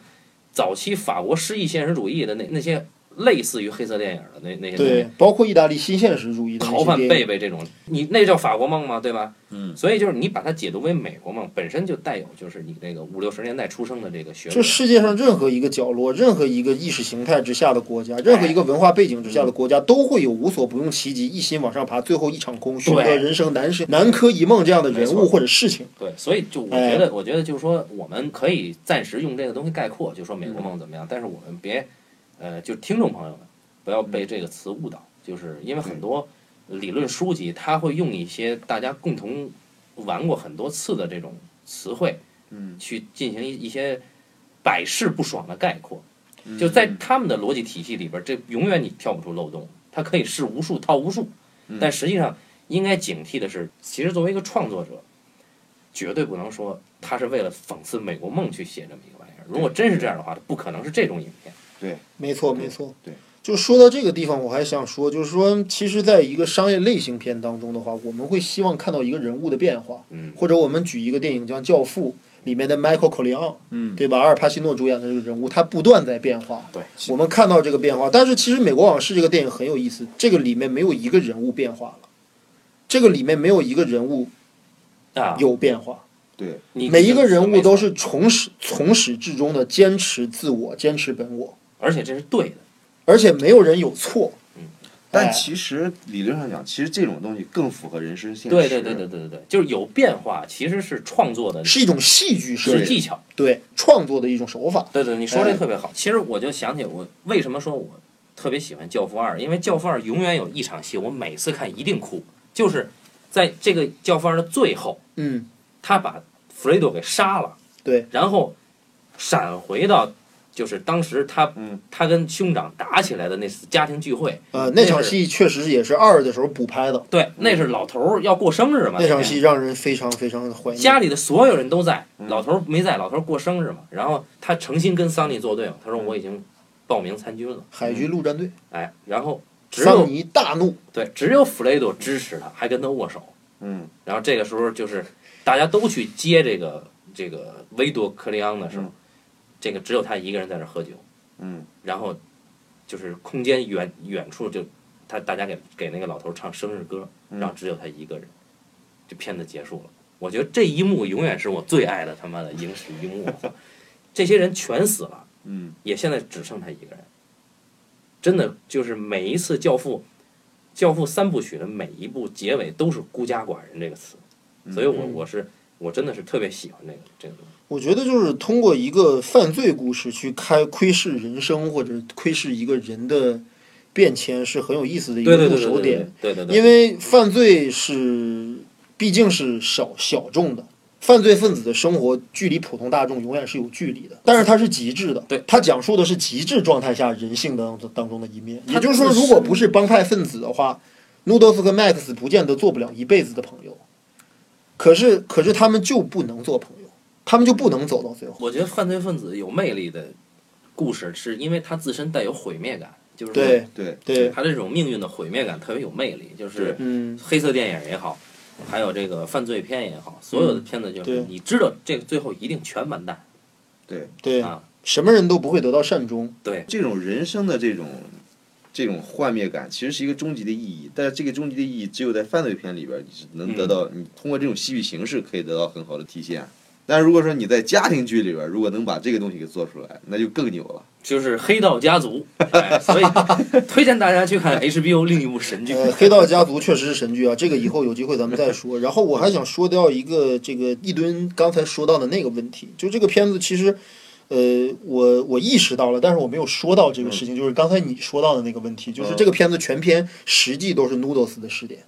S4: 早期法国诗意现实主义的那那些类似于黑色电影的那那些东西
S2: 对，包括意大利新现实主义的那些
S4: 逃犯
S2: 电影
S4: 贝贝这种，你那叫法国梦吗？对吧？
S3: 嗯，
S4: 所以就是你把它解读为美国梦，本身就带有就是你那个五六十年代出生的这个学
S2: 这
S4: 问。
S2: 世界上任何一个角落、任何一个意识形态之下的国家、任何一个文化背景之下的国家，都会有无所不用其极、一心往上爬、最后一场空、寻得人生难是南柯一梦这样的人
S4: 没
S2: 物
S4: 错
S2: 或者事情。
S4: 对，所以就我觉得，我觉得就是说，我们可以暂时用这个东西概括，就说美国梦怎么样，但是我们别，呃，就听众朋友们不要被这个词误导，就是因为很多理论书籍，它会用一些大家共同玩过很多次的这种词汇，
S3: 嗯，
S4: 去进行一一些百试不爽的概括。就在他们的逻辑体系里边，这永远你跳不出漏洞，它可以是无数套无数，但实际上应该警惕的是，其实作为一个创作者，绝对不能说他是为了讽刺美国梦去写这么一个玩意儿。如果真是这样的话，它不可能是这种影片。
S2: 没错，没错。
S3: 对，
S2: 就说到这个地方，我还想说，就是说，其实，在一个商业类型片当中的话，我们会希望看到一个人物的变化，
S4: 嗯，
S2: 或者我们举一个电影叫《教父》里面的 Michael Corleone，
S3: 嗯，
S2: 对吧？阿尔帕西诺主演的这个人物，他不断在变化。
S4: 对，
S2: 我们看到这个变化，但是其实《美国往事》这个电影很有意思，这个里面没有一个人物变化了，这个里面没有一个人物
S4: 啊，
S2: 有变化，
S3: 对，
S4: 你
S2: 每一个人物都
S4: 没错，
S2: 是从始从始至终的坚持自我、坚持本我，
S4: 而且这是对的。
S2: 而且没有人有错。
S4: 嗯
S2: 哎
S3: 但其实理论上讲，其实这种东西更符合人生现实。
S4: 对对对对对对对，就是有变化，其实是创作的
S2: 是一种戏剧设
S4: 是
S2: 计，
S4: 技巧。
S2: 对创作的一种手法。
S4: 对对，你
S2: 哎
S4: 说这特别好。其实我就想起我为什么说我特别喜欢《教父二》，因为《教父二》永远有一场戏，我每次看一定哭，就是在这个《教父二》的最后，
S2: 嗯，
S4: 他把弗雷多给杀了，
S2: 对，
S4: 然后闪回到就是当时他、
S3: 嗯
S4: 他跟兄长打起来的那次家庭聚会，
S2: 呃，那场
S4: 是
S2: 戏确实也是二的时候补拍的，
S4: 对，那是老头儿要过生日嘛，
S2: 那场
S4: 天
S2: 戏让人非常非常的怀念。
S4: 家里的所有人都在，
S3: 嗯
S4: 老头儿没在，老头儿过生日嘛，然后他诚心跟桑尼作对嘛，
S2: 嗯
S4: 他说我已经报名参军了，
S2: 海军陆战队，
S4: 哎，然后只有
S2: 桑尼大怒，
S4: 对，只有弗雷多支持他，还跟他握手。
S3: 嗯，
S4: 然后这个时候就是大家都去接这个这个维多克利昂的时候，
S3: 嗯
S4: 这个只有他一个人在那儿喝酒，
S3: 嗯
S4: 然后就是空间远远处就他大家给给那个老头唱生日歌，
S3: 嗯
S4: 然后只有他一个人，这片子结束了。我觉得这一幕永远是我最爱的他妈的影史一幕，啊 这些人全死了。
S3: 嗯
S4: 也现在只剩他一个人。真的就是每一次《教父》，《教父》三部曲的每一部结尾都是孤家寡人这个词，
S3: 嗯
S4: 所以我
S2: 嗯
S4: 我是我真的是特别喜欢这个这个东西。
S2: 我觉得就是通过一个犯罪故事去开窥视人生，或者窥视一个人的变迁，是很有意思的一个入手点。
S4: 对对对，
S2: 因为犯罪是毕竟是小小众的，犯罪分子的生活距离普通大众永远是有距离的，但是它是极致的。
S4: 对，
S2: 它讲述的是极致状态下人性当当中的一面。也
S4: 它
S2: 就是说，
S4: 就是
S2: 如果不是帮派分子的话，Noodles 和 Max 不见得做不了一辈子的朋友。可是，可是他们就不能做朋友，他们就不能走到最后。
S4: 我觉得犯罪分子有魅力的故事，是因为它自身带有毁灭感，就是说
S2: 对
S3: 对，
S2: 对，
S4: 它这种命运的毁灭感特别有魅力，就是
S3: 对
S2: 嗯，
S4: 黑色电影也好，还有这个犯罪片也好，所有的片子就是
S2: 嗯对
S4: 你知道这个最后一定全完蛋
S2: 对，
S4: 啊，
S2: 什么人都不会得到善终。
S4: 对。
S3: 这种人生的这种这种幻灭感，其实是一个终极的意义，但是这个终极的意义只有在犯罪片里边，你是能得到，
S4: 嗯
S3: 你通过这种戏剧形式可以得到很好的体现。但是如果说你在家庭剧里边，如果能把这个东西给做出来，那就更牛了。
S4: 就是黑道家族，哎、 所以推荐大家去看 HBO 另一部神剧。
S2: 呃，黑道家族确实是神剧啊，这个以后有机会咱们再说。然后我还想说到一个这个一吨刚才说到的那个问题，就这个片子其实，呃，我我意识到了，但是我没有说到这个
S4: 嗯
S2: 事情，就是刚才你说到的那个问题，就是这个片子全篇实际都是 Noodles 的视点。
S4: 嗯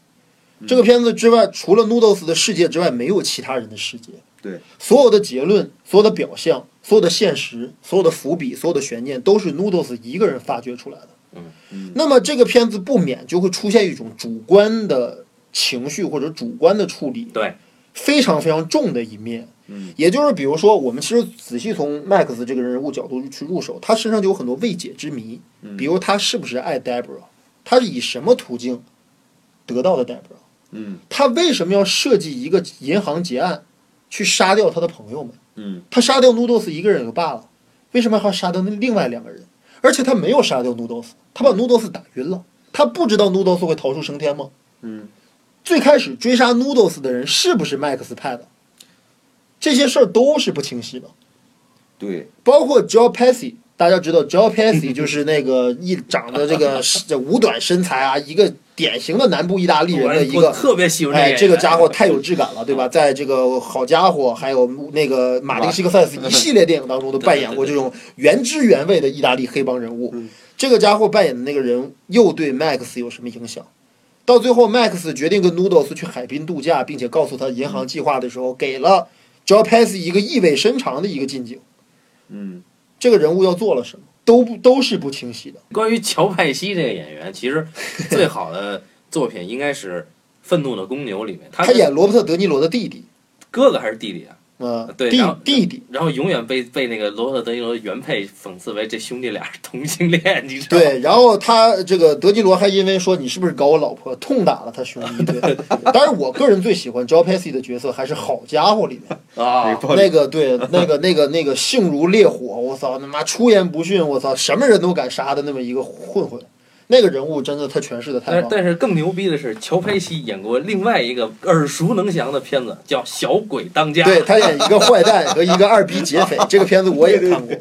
S2: 这个片子之外，除了 Noodles 的世界之外，没有其他人的世界。
S3: 对，
S2: 所有的结论、所有的表象、所有的现实、所有的伏笔、所有的悬念，都是 Noodles 一个人发掘出来的。那么这个片子不免就会出现一种主观的情绪或者主观的处理，
S4: 对，
S2: 非常非常重的一面。
S3: 嗯，
S2: 也就是比如说，我们其实仔细从 Max 这个人物角度去入手，他身上就有很多未解之谜，
S3: 嗯
S2: 比如他是不是爱 Debra，他是以什么途径得到的 Debra，
S3: 嗯，
S2: 他为什么要设计一个银行劫案去杀掉他的朋友们？
S3: 嗯
S2: 他杀掉 Noodles 一个人也就罢了，为什么还要杀掉那另外两个人？而且他没有杀掉 Noodles，他把 Noodles 打晕了。他不知道 Noodles 会逃出升天吗？
S3: 嗯，
S2: 最开始追杀 Noodles 的人是不是 Max 派的？这些事儿都是不清晰的。
S3: 对，
S2: 包括 Joe Pesci，大家知道 Joe Pesci 就是那个一长得这个这五短身材啊，一个典型的南部意大利人的一
S4: 我
S2: 个
S4: 特别喜欢
S2: 哎，这
S4: 个
S2: 个家伙太有质感了，对吧？在这个《好家伙》还有那个《马丁·西克塞斯》一系列电影当中，都扮演过这种原汁原味的意大利黑帮人物
S3: 嗯。
S2: 这个家伙扮演的那个人又对 Max 有什么影响？到最后，Max 决定跟 Noodles 去海滨度假，并且告诉他银行计划的时候，给了 Joe Pesci 一个意味深长的一个近景。
S3: 嗯
S2: 这个人物要做了什么，都不都是不清晰的。
S4: 关于乔派西这个演员，其实最好的作品应该是《愤怒的公牛》里面，他
S2: 他
S4: 是
S2: 演罗伯特·德尼罗的弟弟，
S4: 哥哥还是弟弟啊？
S2: 呃，
S4: 对
S2: 弟
S4: 然后
S2: 弟弟，
S4: 然后永远被被那个罗伯特·德尼罗原配讽刺为这兄弟俩是同性恋，你知道吗？
S2: 对，然后他这个德尼罗还因为说你是不是搞我老婆，痛打了他兄弟一 顿。当然，我个人最喜欢 Joe Pesci 的角色还是《好家伙》里面
S4: 啊、
S3: 暴力
S2: 那个，对，那个那个那个性如烈火，我操，他妈出言不逊，我操，什么人都敢杀的那么一个混混。那个人物真的他诠释的
S4: 但
S2: 太
S4: 是
S2: 棒了。
S4: 但是更牛逼的是，乔佩西演过另外一个耳熟能详的片子，叫《小鬼当家》。
S2: 对他演一个坏蛋和一个二逼劫 匪，这个片子我也看过。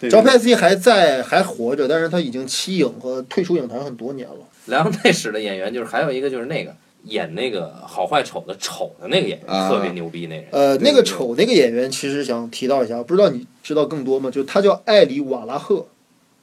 S3: 对
S2: 乔佩西还在，还活着，但是他已经弃影和退出影坛很多年了。
S4: 然后那时的演员就是还有一个就是那个演那个好坏丑的丑的那个演员，
S3: 啊
S4: 特别牛逼那人。
S2: 呃，
S3: 对
S2: 那个丑那个演员，其实想提到一下，不知道你知道更多吗？就他叫艾里瓦拉赫，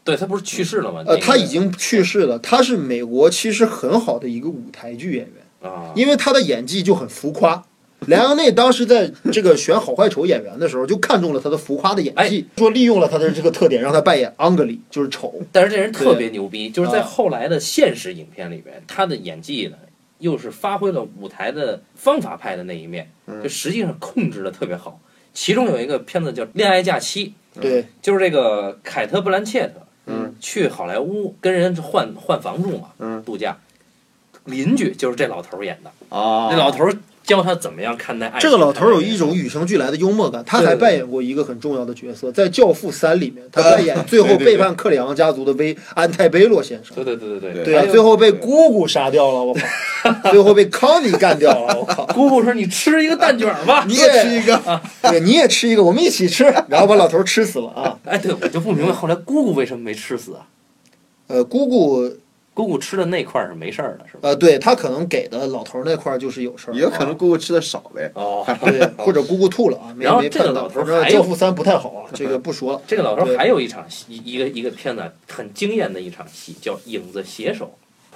S4: 对他不是去世了吗？
S2: 呃，
S4: 那个
S2: 他已经去世了。他是美国其实很好的一个舞台剧演员，
S4: 啊，
S2: 因为他的演技就很浮夸。莱昂内当时在这个选好坏丑演员的时候，就看中了他的浮夸的演
S4: 哎
S2: 技，说利用了他的这个特点，让他扮演昂格里，就是丑。
S4: 但是这人特别牛逼，就是在
S2: 啊
S4: 后来的现实影片里边，他的演技呢又是发挥了舞台的方法派的那一面，
S3: 嗯
S4: 就实际上控制的特别好。其中有一个片子叫《恋爱假期》，
S2: 对，
S4: 就是这个凯特·布兰切特，
S3: 嗯，
S4: 去好莱坞跟人换换房住嘛，
S3: 嗯
S4: 度假，邻居就是这老头儿演的，
S3: 啊，
S4: 那老头儿教他怎么样看待爱情。
S2: 这个老头儿有一
S4: 看待
S2: 种与生俱来的幽默感，他
S4: 哎对
S2: 还
S4: 对呃
S2: 扮演过一个很重要的角色，在《教父三》里面，他扮演最后
S3: 对对对
S2: 背叛克里昂家族的威安泰贝洛先生。
S4: 对对对对
S2: 对啊，
S4: 还有
S2: 最后被姑姑杀掉了，我靠！ 最后被康妮干掉了，我靠！
S4: 姑姑说：“你吃一个蛋卷儿吧。
S3: 你也吃一个，
S2: 对，你也吃一个，我们一起吃，然后把老头儿吃死了啊！”
S4: 哎，对，我就不明白后来姑姑为什么没吃死啊？
S2: 呃，姑姑，
S4: 姑姑吃的那块儿是没事儿的，是吧？
S2: 呃，对他可能给的老头儿那块儿就是有事儿，啊
S3: 也有可能姑姑吃的少呗。
S4: 哦，
S2: 对，或者姑姑吐了啊，没
S4: 然后
S2: 没
S4: 这个
S2: 看
S4: 老
S2: 到。
S4: 头儿
S2: 反正
S4: 还有
S2: 教父三不太好 啊，这个不说了。
S4: 这个老头
S2: 对
S4: 儿还有一场戏，一一个一个片子很惊艳的一场戏，叫《影子携手》。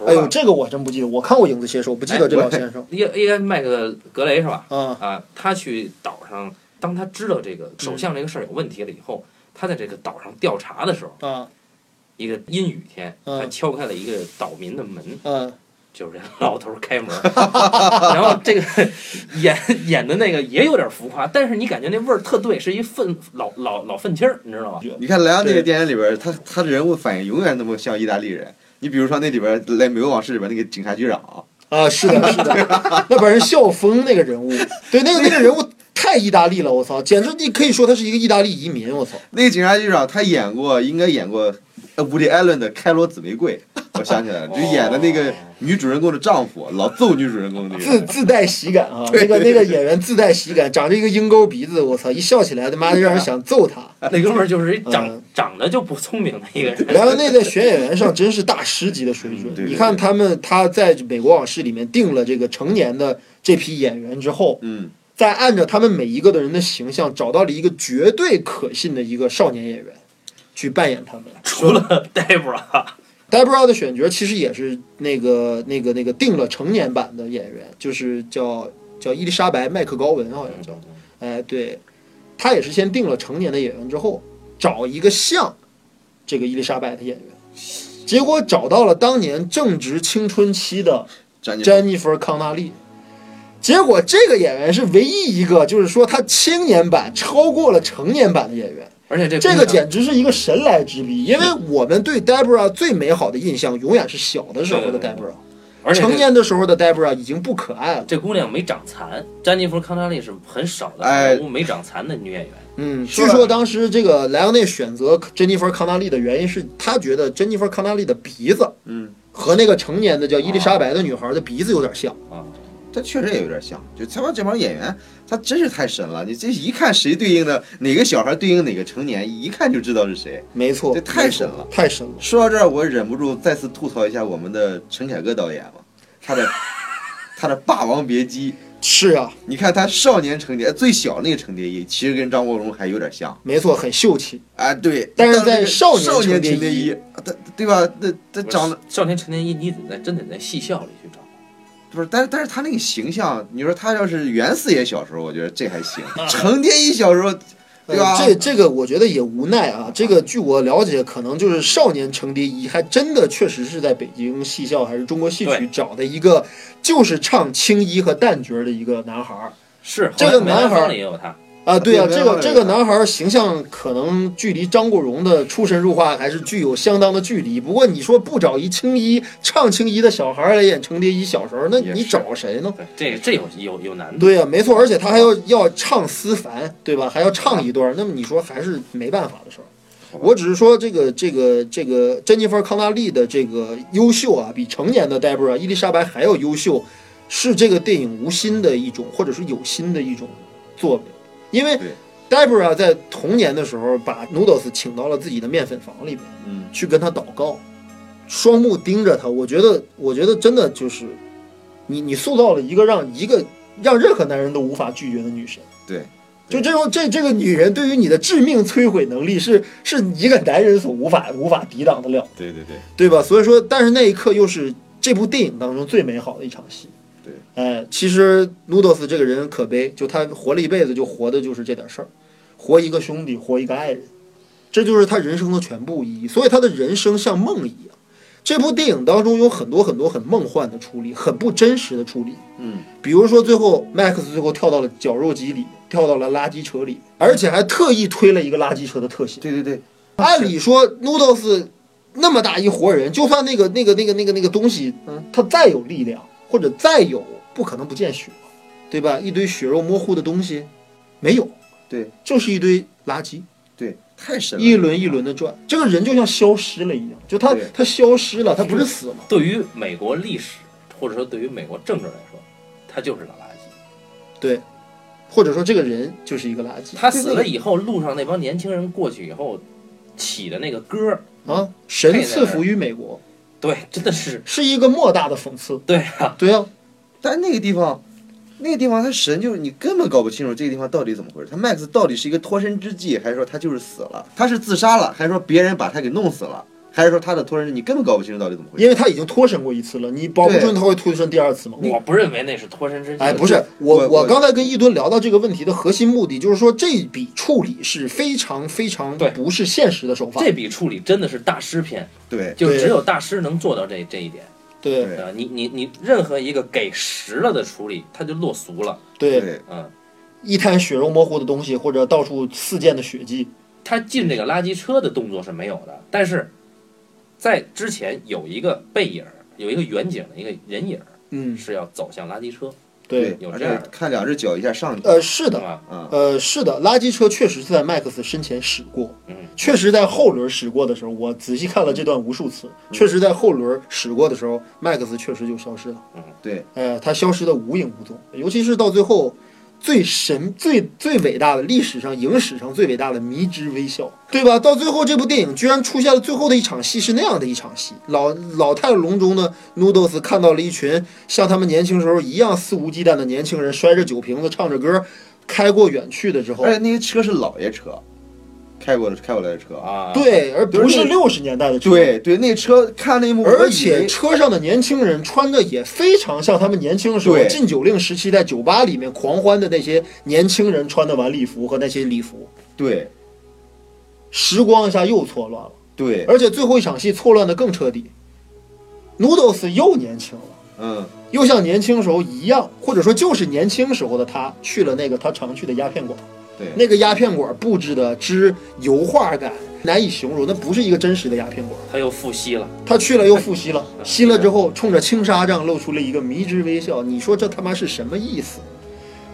S2: 哎呦，这个我真不记得，我看过《影子携手》，不记得这
S4: 哎
S2: 老先生
S4: 应应该麦克格雷是吧？
S2: 啊。
S4: 啊，他去岛上，当他知道这个首相这个事儿有问题了以后，他在这个岛上调查的时候，
S2: 啊
S4: 一个阴雨天，
S2: 嗯
S4: 他敲开了一个岛民的门，
S2: 嗯，
S4: 就是这老头儿开门， 然后这个演演的那个也有点浮夸，但是你感觉那味儿特对，是一粪老老老粪气儿，你知道吗？
S3: 你看莱昂那个电影里边儿，他他的人物反应永远那么像意大利人。你比如说那里边儿《来美国往事》里边儿那个警察局长，
S2: 啊，是的，是的， 那把人笑疯那个人物，对，那个那个人物太意大利了，我操，简直你可以说他是一个意大利移民，我操。
S3: 那个警察局长他演过，应该演过呃伍迪·艾伦的《开罗紫玫瑰》，我想起来了，就演的那个女主人公的丈夫，老揍女主人公的那个
S2: 自
S3: 人。
S2: 自带喜感啊！那个那个演员自带喜感，长着一个鹰钩鼻子，我操，一笑起来他妈就让人想揍他。
S4: 那哥们儿就是一长、
S2: 嗯
S4: 长得就不聪明的一个人，
S2: 莱昂内在选演员上真是大师级的水
S3: 嗯对
S2: 准。你看他们他在《美国往事》里面定了这个成年的这批演员之后，
S3: 嗯，
S2: 再按照他们每一个的人的形象，找到了一个绝对可信的一个少年演员去扮演他们。
S4: 除了 Debra，
S2: Debra 的选角其实也是那个那个那个定了成年版的演员，就是叫叫伊丽莎白·麦克高文，好像叫。哎，对，他也是先定了成年的演员之后，找一个像这个伊丽莎白的演员，结果找到了当年正值青春期的
S3: 詹妮弗
S2: 詹妮弗·康纳利。结果这个演员是唯一一个，就是说他青年版超过了成年版的演员，
S4: 而且这
S2: 这
S4: 姑
S2: 个
S4: 娘
S2: 简直是一个神来之笔。因为我们对 Debra 最美好的印象永远是小的时候
S4: 对
S2: 的
S4: 对
S2: Debra，
S4: 而且这
S2: 成年的时候的 Debra 已经不可爱了。
S4: 这姑娘没长残，詹妮弗·康纳利是很少的
S3: 哎
S4: 好莱坞没长残的女演员，
S2: 嗯，
S3: 是吧
S2: 据说当时这个莱昂内选择珍妮弗·康纳利的原因是他觉得珍妮弗·康纳利的鼻子
S3: 嗯，
S2: 和那个成年的叫伊丽莎白的女孩的鼻子有点
S3: 哦
S2: 像。
S3: 这确实也有点像，就他妈这帮演员，他真是太神了。你这一看谁对应的哪个小孩对应哪个成年，一看就知道是谁。
S2: 没错，
S3: 这太
S2: 没错
S3: 神了，
S2: 太神了。
S3: 说到这儿，我忍不住再次吐槽一下我们的陈凯歌导演嘛，他 的他的《霸王别姬》，
S2: 是啊，
S3: 你看他少年程蝶最小那个程蝶衣，其实跟张国荣还有点像。
S2: 没错，很秀气。
S3: 啊，对，
S2: 但是
S3: 当
S2: 在
S3: 这个
S2: 少
S3: 少
S2: 年
S3: 年
S2: 程蝶
S3: 蝶
S2: 衣
S3: 衣，啊他对吧？那他
S4: 不是
S3: 长得
S4: 少年陈年衣，你得在真得在戏校里去找。
S3: 不是，但是但是他那个形象，你说他要是袁四爷小时候，我觉得这还 行。程蝶衣小时候，对啊吧？
S2: 呃、这这个我觉得也无奈啊。这个据我了解，可能就是少年程蝶衣还真的确实是在北京戏校还是中国戏曲
S4: 对
S2: 找的一个，就是唱青衣和旦角的一个男孩儿
S4: 是
S2: 这个男孩儿
S4: 也有他，
S2: 啊。对啊，
S3: 对
S2: 这
S3: 没有
S2: 个这个男孩儿形象可能距离张国荣的出神入化还是具有相当的距离。不过你说不找一青衣唱青衣的小孩儿来演程蝶衣小时候，那
S3: 也
S2: 你
S3: 是
S2: 找谁呢？
S4: 对，这这有有有难度。
S2: 对呀、没错，而且他还要要唱思凡，对吧？还要唱一段，那么你说还是没办法的事儿。我只是说这个这个这个珍妮弗·康纳利的这个优秀啊，比成年的黛布尔·伊丽莎白还要优秀，是这个电影无心的一种，或者是有心的一种作为。因为
S3: 对
S2: 黛布尔啊在童年的时候把努 o 斯请到了自己的面粉房里面
S3: 嗯，
S2: 去跟他祷告，双目盯着他。我觉得，我觉得真的就是，你你塑造了一个让一个让任何男人都无法拒绝的女神。
S3: 对，
S2: 就这种这这个女人对于你的致命摧毁能力是是一个男人所无法无法抵挡得了，
S3: 对对对，
S2: 对吧？所以说，但是那一刻又是这部电影当中最美好的一场戏。
S3: 对，
S2: 哎，其实 Noodles 这个人可悲，就他活了一辈子，就活的就是这点事儿，活一个兄弟，活一个爱人，这就是他人生的全部意义。所以他的人生像梦一样。这部电影当中有很多很多很梦幻的处理，很不真实的处理。
S3: 嗯，
S2: 比如说最后 Max 最后跳到了绞肉机里，跳到了垃圾车里，而且还特意推了一个垃圾车的特写。
S3: 对对对，
S2: 啊按理说 Noodles 那么大一活人，就算那个那个那个那个那个东西，嗯，它再有力量或者再有，不可能不见血，对吧？一堆血肉模糊的东西，没有，
S3: 对，
S2: 就是一堆垃圾，
S3: 对，太神了，
S2: 一轮一轮的转，这个人就像消失了一样，就他
S3: 对
S2: 他消失了，他不是死了，
S4: 对于美国历史或者说对于美国政治来说，他就是个垃圾。
S2: 或者说这个人就是一个垃圾
S4: 他死了以后，路上那帮年轻人过去以后起的那个歌儿，
S2: 啊！神赐福于美国，
S4: 对，真的是
S2: 是一个莫大的讽刺，
S4: 对啊，
S2: 对啊，
S3: 但那个地方，那个地方他神就是你根本搞不清楚这个地方到底怎么回事。他 Max 到底是一个脱身之计，还是说他就是死了？他是自杀了，还是说别人把他给弄死了？还是说他的脱身之计，你根本搞不清楚到底怎么回事？
S2: 因为他已经脱身过一次了，你保不
S3: 对
S2: 准他会脱身第二次嘛。
S4: 我不认为那是脱身之计。
S2: 哎，不是
S3: 我
S2: 我，我
S3: 我
S2: 刚才跟一吨聊到这个问题的核心目的，就是说这笔处理是非常非常
S4: 对
S2: 不是现实的手法。
S4: 这笔处理真的是大师篇，
S3: 对
S4: 就
S2: 对
S4: 只有大师能做到这这一点。
S2: 对
S3: 对
S4: 呃，你你你任何一个给实了的处理，他就落俗了。
S2: 对，
S3: 对
S4: 嗯，
S2: 一滩血肉模糊的东西，或者到处四溅的血迹，
S4: 他进这个垃圾车的动作是没有的，但是在之前有一个背影儿，有一个远景的一个人影儿
S2: 嗯，
S4: 是要走向垃圾车，
S2: 对，
S4: 有
S3: 而
S4: 这样
S3: 且
S4: 的
S3: 看两只脚一下上去，
S2: 呃，是
S4: 对
S2: 的，
S4: 吧？
S3: 啊，
S2: 呃，是的，垃圾车确实是在麦克斯身前驶过，
S4: 嗯，
S2: 确实在后轮驶过的时候，我仔细看了这段无数次，确实在后轮驶过的时候，麦克斯确实就消失了。
S3: 对，
S2: 呃，他消失的无影无踪，尤其是到最后最神、最最伟大的历史上影史上最伟大的迷之微笑，对吧？到最后这部电影居然出现了最后的一场戏是那样的一场戏，老老态龙钟的 Noodles 看到了一群像他们年轻时候一样肆无忌惮的年轻人，摔着酒瓶子唱着歌开过远去的之后
S3: 而。且那个车是老爷车，开过的开过来的车
S4: 啊，
S3: 啊。
S2: 对，而不
S3: 就是
S2: 是
S3: 那
S2: 六十年代的车，
S3: 对对，那车看那一幕，我
S2: 而
S3: 以
S2: 且
S3: 为
S2: 车上的年轻人穿着也非常像他们年轻时候
S3: 对
S2: 禁酒令时期在酒吧里面狂欢的那些年轻人穿的晚礼服和那些礼服。
S3: 对
S2: 时光一下又错乱了，
S3: 对，
S2: 而且最后一场戏错乱的更彻底。Noodles 又年轻了，
S3: 嗯，
S2: 又像年轻时候一样，或者说就是年轻时候的他去了那个他常去的鸦片馆。
S3: 对
S2: 那个鸦片馆布置的之油画感难以形容，那不是一个真实的鸦片馆。
S4: 他又复吸了，
S2: 他去了又复吸了，吸了之后冲着青纱帐露出了一个迷之微笑。你说这他妈是什么意思？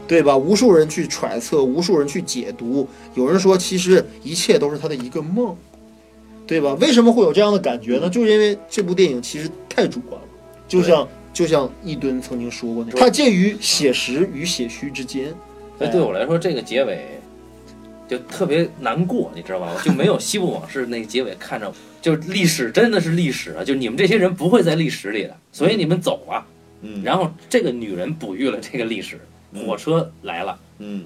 S2: 对吧？无数人去揣测，无数人去解读。有人说，其实一切都是他的一个梦，对吧？为什么会有这样的感觉呢？就是因为这部电影其实太主观了，就像就像一吨曾经说过那样，它介于写实与写虚之间。哎
S4: 所哎以对我来说，这个结尾就特别难过，你知道吧？我就没有《西部往事》那个结尾看着，就历史真的是历史啊！就你们这些人不会在历史里的，所以你们走吧。
S3: 嗯，
S4: 然后这个女人哺育了这个历史，
S3: 嗯
S4: 火车来了，
S3: 嗯，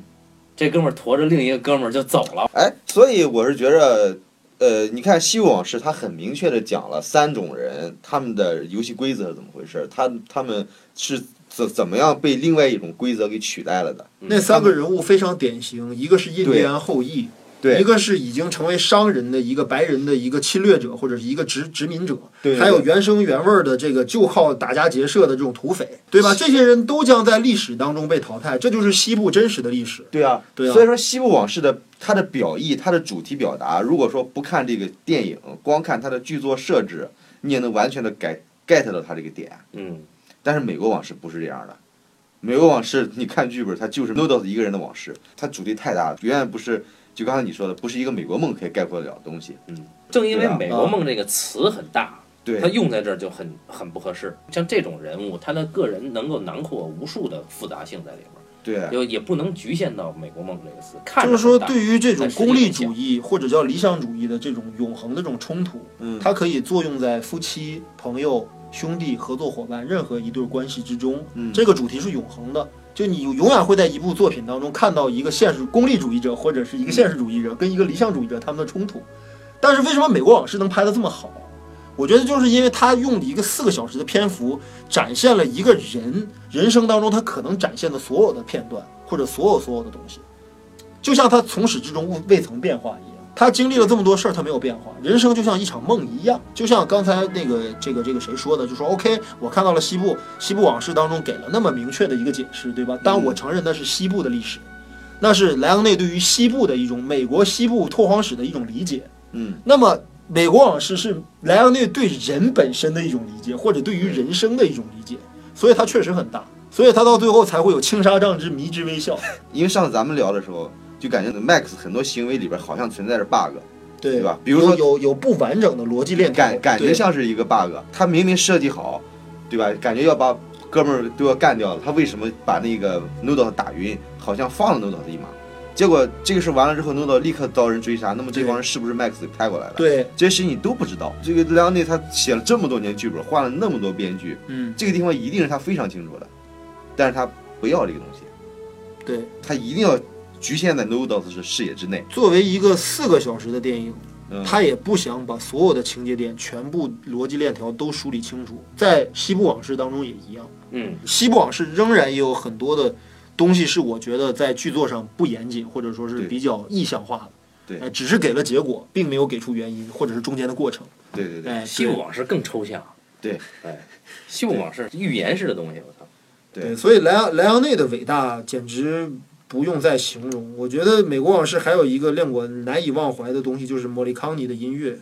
S4: 这哥们儿驮着另一个哥们儿就走了。
S3: 哎，所以我是觉着，呃，你看《西部往事》，它很明确的讲了三种人他们的游戏规则是怎么回事，他他们是怎怎么样被另外一种规则给取代了的。
S2: 那三个人物非常典型，一个是印第安后裔，
S3: 对
S2: 一个是已经成为商人的一个白人的一个侵略者或者是一个殖殖民者，
S3: 对对对啊
S2: 还有原生原味儿的这个就靠打家劫舍的这种土匪，对吧？这些人都将在历史当中被淘汰，这就是西部真实的历史。
S3: 对啊，
S2: 对啊
S3: 所以说《西部往事》的它的表意、它的主题表达，如果说不看这个电影，光看它的剧作设置，你也能完全的 get get 到它这个点。
S4: 嗯，
S3: 但是《美国往事》不是这样的，《美国往事》你看剧本，它就是 n o d o 一个人的往事，它主题太大了，远远不是就刚才你说的，不是一个美国梦可以概括得了的东西。
S4: 正因为
S3: 对啊
S4: “美国梦”这个词很大，
S3: 对
S4: 它，用在这儿就很很不合适。像这种人物，他的个人能够囊括无数的复杂性在里边
S3: 对
S4: 儿，，就也不能局限到“美国梦”这个词。看
S2: 就
S4: 着
S2: 是说，
S4: 很大
S2: 对于这种功利主义或者叫理想主义的这种永恒的这种冲突，
S3: 嗯，
S2: 它可以作用在夫妻、朋友、兄弟、合作伙伴任何一对关系之中。
S3: 嗯
S2: 这个主题是永恒的，就你永远会在一部作品当中看到一个现实功利主义者或者是一个现实主义者跟一个理想主义者他们的冲突。但是为什么《美国往事》能拍得这么好？我觉得就是因为他用了一个四个小时的篇幅，展现了一个人人生当中他可能展现的所有的片段或者所有所有的东西，就像他从始至终未未曾变化一样。他经历了这么多事儿，他没有变化。人生就像一场梦一样，就像刚才那个这个这个谁说的，就说 OK，我看到了西部西部往事当中给了那么明确的一个解释，对吧？当然我承认那是西部的历史，那是莱昂内对于西部的一种美国西部拓荒史的一种理解。
S3: 嗯，
S2: 那么美国往事是莱昂内对人本身的一种理解，或者对于人生的一种理解，所以它确实很大，所以它到最后才会有轻纱帐之迷之微笑，
S3: 因为上次咱们聊的时候，就感觉 Max 很多行为里边好像存在着 bug，
S2: 对
S3: 对吧？比如
S2: 有
S3: 说
S2: 有有不完整的逻辑链条，
S3: 感感觉
S2: 对
S3: 像是一个 bug，他明明设计好，对吧？感觉要把哥们儿都要干掉了，他为什么把那个 Noodle 打晕？好像放了 Noodle 的一马。结果这个事完了之后，Noodle 立刻遭人追杀，那么这
S2: 对
S3: 帮人是不是 Max 给派过来的？，
S2: 对，
S3: 这些事情你都不知道。这个莱昂内他写了这么多年剧本，换了那么多编剧，
S2: 嗯，
S3: 这个地方一定是他非常清楚的，但是他不要这个东西，
S2: 对。
S3: 他一定要局限在 Noodle 的视野之内。
S2: 作为一个四个小时的电影，
S3: 嗯，
S2: 他也不想把所有的情节点、全部逻辑链条都梳理清楚。在《西部往事》当中也一样，
S4: 嗯
S2: 《西部往事》仍然也有很多的东西是我觉得在剧作上不严谨，或者说是
S3: 对
S2: 比较意象化的。
S3: 对
S2: 哎，只是给了结果，并没有给出原因，或者是中间的过程。
S3: 对对对
S2: 哎，
S4: 西
S2: 对
S4: 部往事更抽象。
S3: 对，
S4: 哎，西部往事预言式的东西，我操，
S2: 对，所以莱昂莱昂内的伟大简直不用再形容。我觉得《美国往事》还有一个令我难以忘怀的东西，就是莫里康尼的音乐。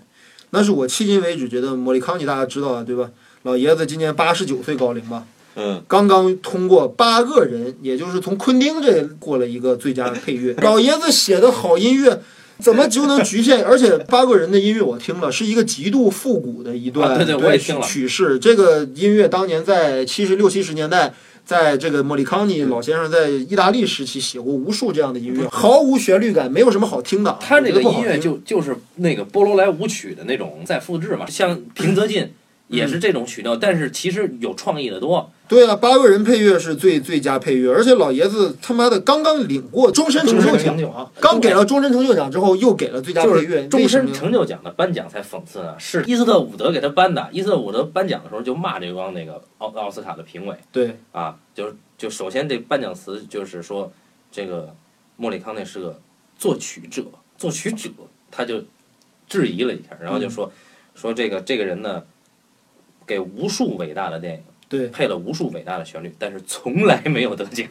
S2: 那是我迄今为止觉得莫里康尼大家知道啊，对吧？老爷子今年八十九岁高龄吧，
S3: 嗯，
S2: 刚刚通过八个人，也就是从昆汀这过了一个最佳配 乐。老爷子写的好音乐。怎么就能局限？而且八个人的音乐我听了，是一个极度复古的一段、
S4: 啊对对我也听了
S2: 曲式。这个音乐当年在七十六七十年代，在这个莫里康尼老先生在意大利时期写过无数这样的音乐，毫无旋律感，没有什么好听的。
S4: 嗯他这
S2: 这
S4: 个音乐就就是那个波罗莱舞曲的那种再复制嘛，像平泽进也
S2: 嗯
S4: 是这种曲调，但是其实有创意的多。
S2: 对啊，八个人配乐是最最佳配乐，而且老爷子他妈的刚刚领过终身成就
S4: 终身成
S2: 奖
S4: 就
S2: 啊，刚给了终身成就奖之后，又给了最佳
S4: 就
S2: 配
S4: 是
S2: 乐，
S4: 终
S2: 为什
S4: 身
S2: 么呀？
S4: 成就奖的颁奖才讽刺呢，是伊斯特伍德给他颁的。伊斯特伍德颁奖的时候就骂这帮那个奥奥斯卡的评委
S2: 对
S4: 啊，就是就首先这颁奖词就是说这个莫里康内是个作曲者，作曲者他就质疑了一下，然后就说、说这个这个人呢，给无数伟大的电影
S2: 对，
S4: 配了无数伟大的旋律，但是从来没有得奖。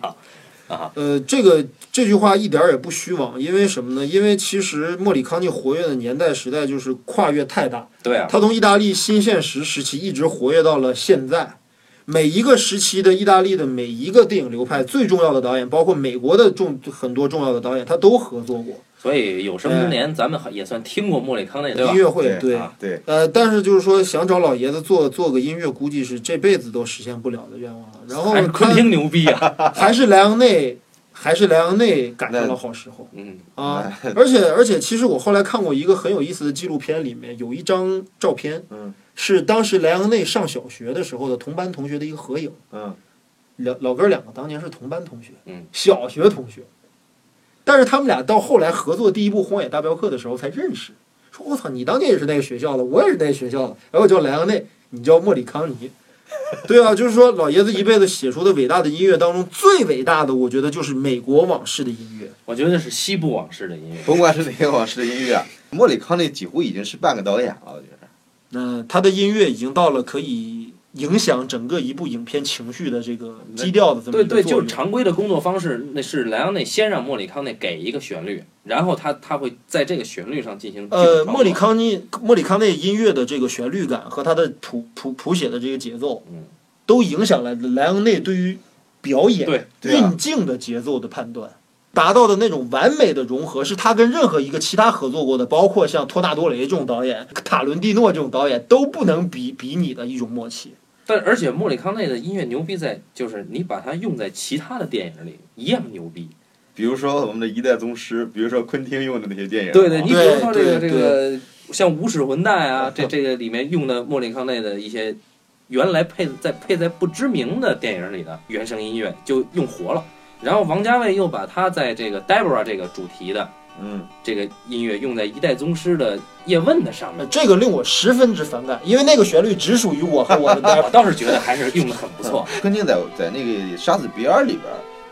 S4: 啊
S2: 呃，这个这句话一点儿也不虚妄，因为什么呢？因为其实莫里康尼活跃的年代时代就是跨越太大，
S4: 对啊，
S2: 他从意大利新现实时期一直活跃到了现在。每一个时期的意大利的每一个电影流派最重要的导演，包括美国的重很多重要的导演，他都合作过
S4: 所以有生之年，咱们也算听过莫里康内，对吧
S2: 音？乐会，
S3: 对
S2: 对。
S4: 啊
S3: 对，
S2: 呃，但是就是说，想找老爷子做做个音乐，估计是这辈子都实现不了的愿望了。然后
S4: 还是昆
S2: 他
S4: 汀牛逼啊！
S2: 还是莱昂内，还是莱昂内赶上了好时候
S4: 嗯，
S2: 啊！而且而且，其实我后来看过一个很有意思的纪录片，里面有一张照片，
S3: 嗯
S2: 是当时莱昂内上小学的时候的同班同学的一个合影。
S3: 嗯，
S2: 老老哥两个当年是同班同学，
S4: 嗯，
S2: 小学同学，但是他们俩到后来合作第一部《荒野大镖客》的时候才认识，说我操，你当年也是那个学校的，我也是那个学校的，哎然后我叫莱昂内，你叫莫里康尼， 对啊，就是说老爷子一辈子写出的伟大的音乐当中，最伟大的我觉得就是美国往事的音乐，
S4: 我觉得是西部往事的音乐。
S3: 甭管是哪个往事的音乐，莫里康内几乎已经是半个导演了，我觉得。
S2: 那他的音乐已经到了可以影响整个一部影片情绪的这个基调的这么
S4: 对
S2: 一个
S4: 对，
S2: 作
S4: 就
S2: 用
S4: 是常规的工作方式，那是莱昂内先让莫里康内给一个旋律，然后他他会在这个旋律上进行剧本创
S2: 呃，
S4: 作
S2: 莫里康尼莫里康内音乐的这个旋律感和他的谱谱谱写的这个节奏，
S4: 嗯
S2: 都影响了莱昂内对于表演
S4: 对
S3: 对啊
S2: 运镜的节奏的判断，达到的那种完美的融合，是他跟任何一个其他合作过的，包括像托纳多雷这种导演、塔伦蒂诺这种导演都不能比比拟的一种默契。
S4: 但而且莫里康内的音乐牛逼在，就是你把它用在其他的电影里一样牛逼。
S3: 比如说我们的一代宗师，比如说昆汀用的那些电影，
S4: 对对，
S3: 啊
S4: 你比如说这个
S2: 对
S4: 这个像《无耻混蛋》 啊，这这个里面用的莫里康内的一些原来配在配在不知名的电影里的原声音乐就用活了。然后王家卫又把他在这个 Deborah 这个主题的
S3: 嗯，
S4: 这个音乐用在一代宗师的叶问的上面
S2: 呃，。这个令我十分之反感，因为那个旋律只属于我和我 的
S4: 我
S2: Dapper
S4: 倒是觉得还是用的很不 错。
S3: 嗯昆汀在在那个《杀死比尔》里边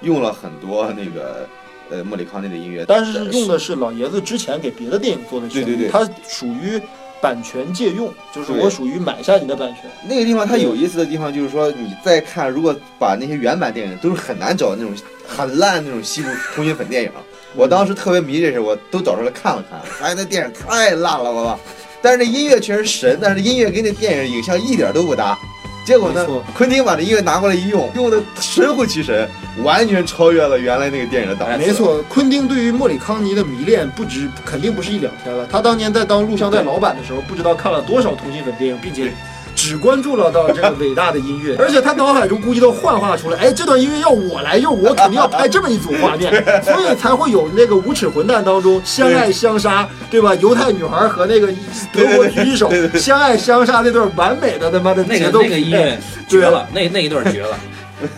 S3: 用了很多那个呃莫里康内的音乐，
S2: 但是用的是老爷子之前给别的电影做的旋律，
S3: 对对对
S2: 它属于版权借用，就是
S3: 对
S2: 我属于买下你的版权。
S3: 那个地方它
S2: 嗯
S3: 有意思的地方就是说，你再看，如果把那些原版电影都是很难找那种很烂那种西部通心粉电
S2: 嗯
S3: 影。 我当时特别迷这事，我都找出来看了看，发现那电影太烂了，我操！但是那音乐确实神，但是音乐跟那电影影像一点都不搭。结果呢
S2: 没错，
S3: 昆汀把这音乐拿过来一用，用的神乎其神，完全超越了原来那个电影的档
S4: 哎
S3: 次。
S2: 没，错，昆汀对于莫里康尼的迷恋不止肯定不是一两天了。他当年在当录像带老板的时候，不知道看了多少同性粉电影，并且只关注了到这个伟大的音 乐，而且他脑海中估计都幻化出来，哎，这段音乐要我来用，我肯定要拍这么一组画 面，所以才会有那个无耻混蛋当中相爱相杀，对吧？犹太女孩和那个德国狙击手相爱相杀那段完美的他妈的
S4: 那
S2: 节
S4: 个
S2: 奏哎
S4: 那个音乐绝了，那那一段绝了。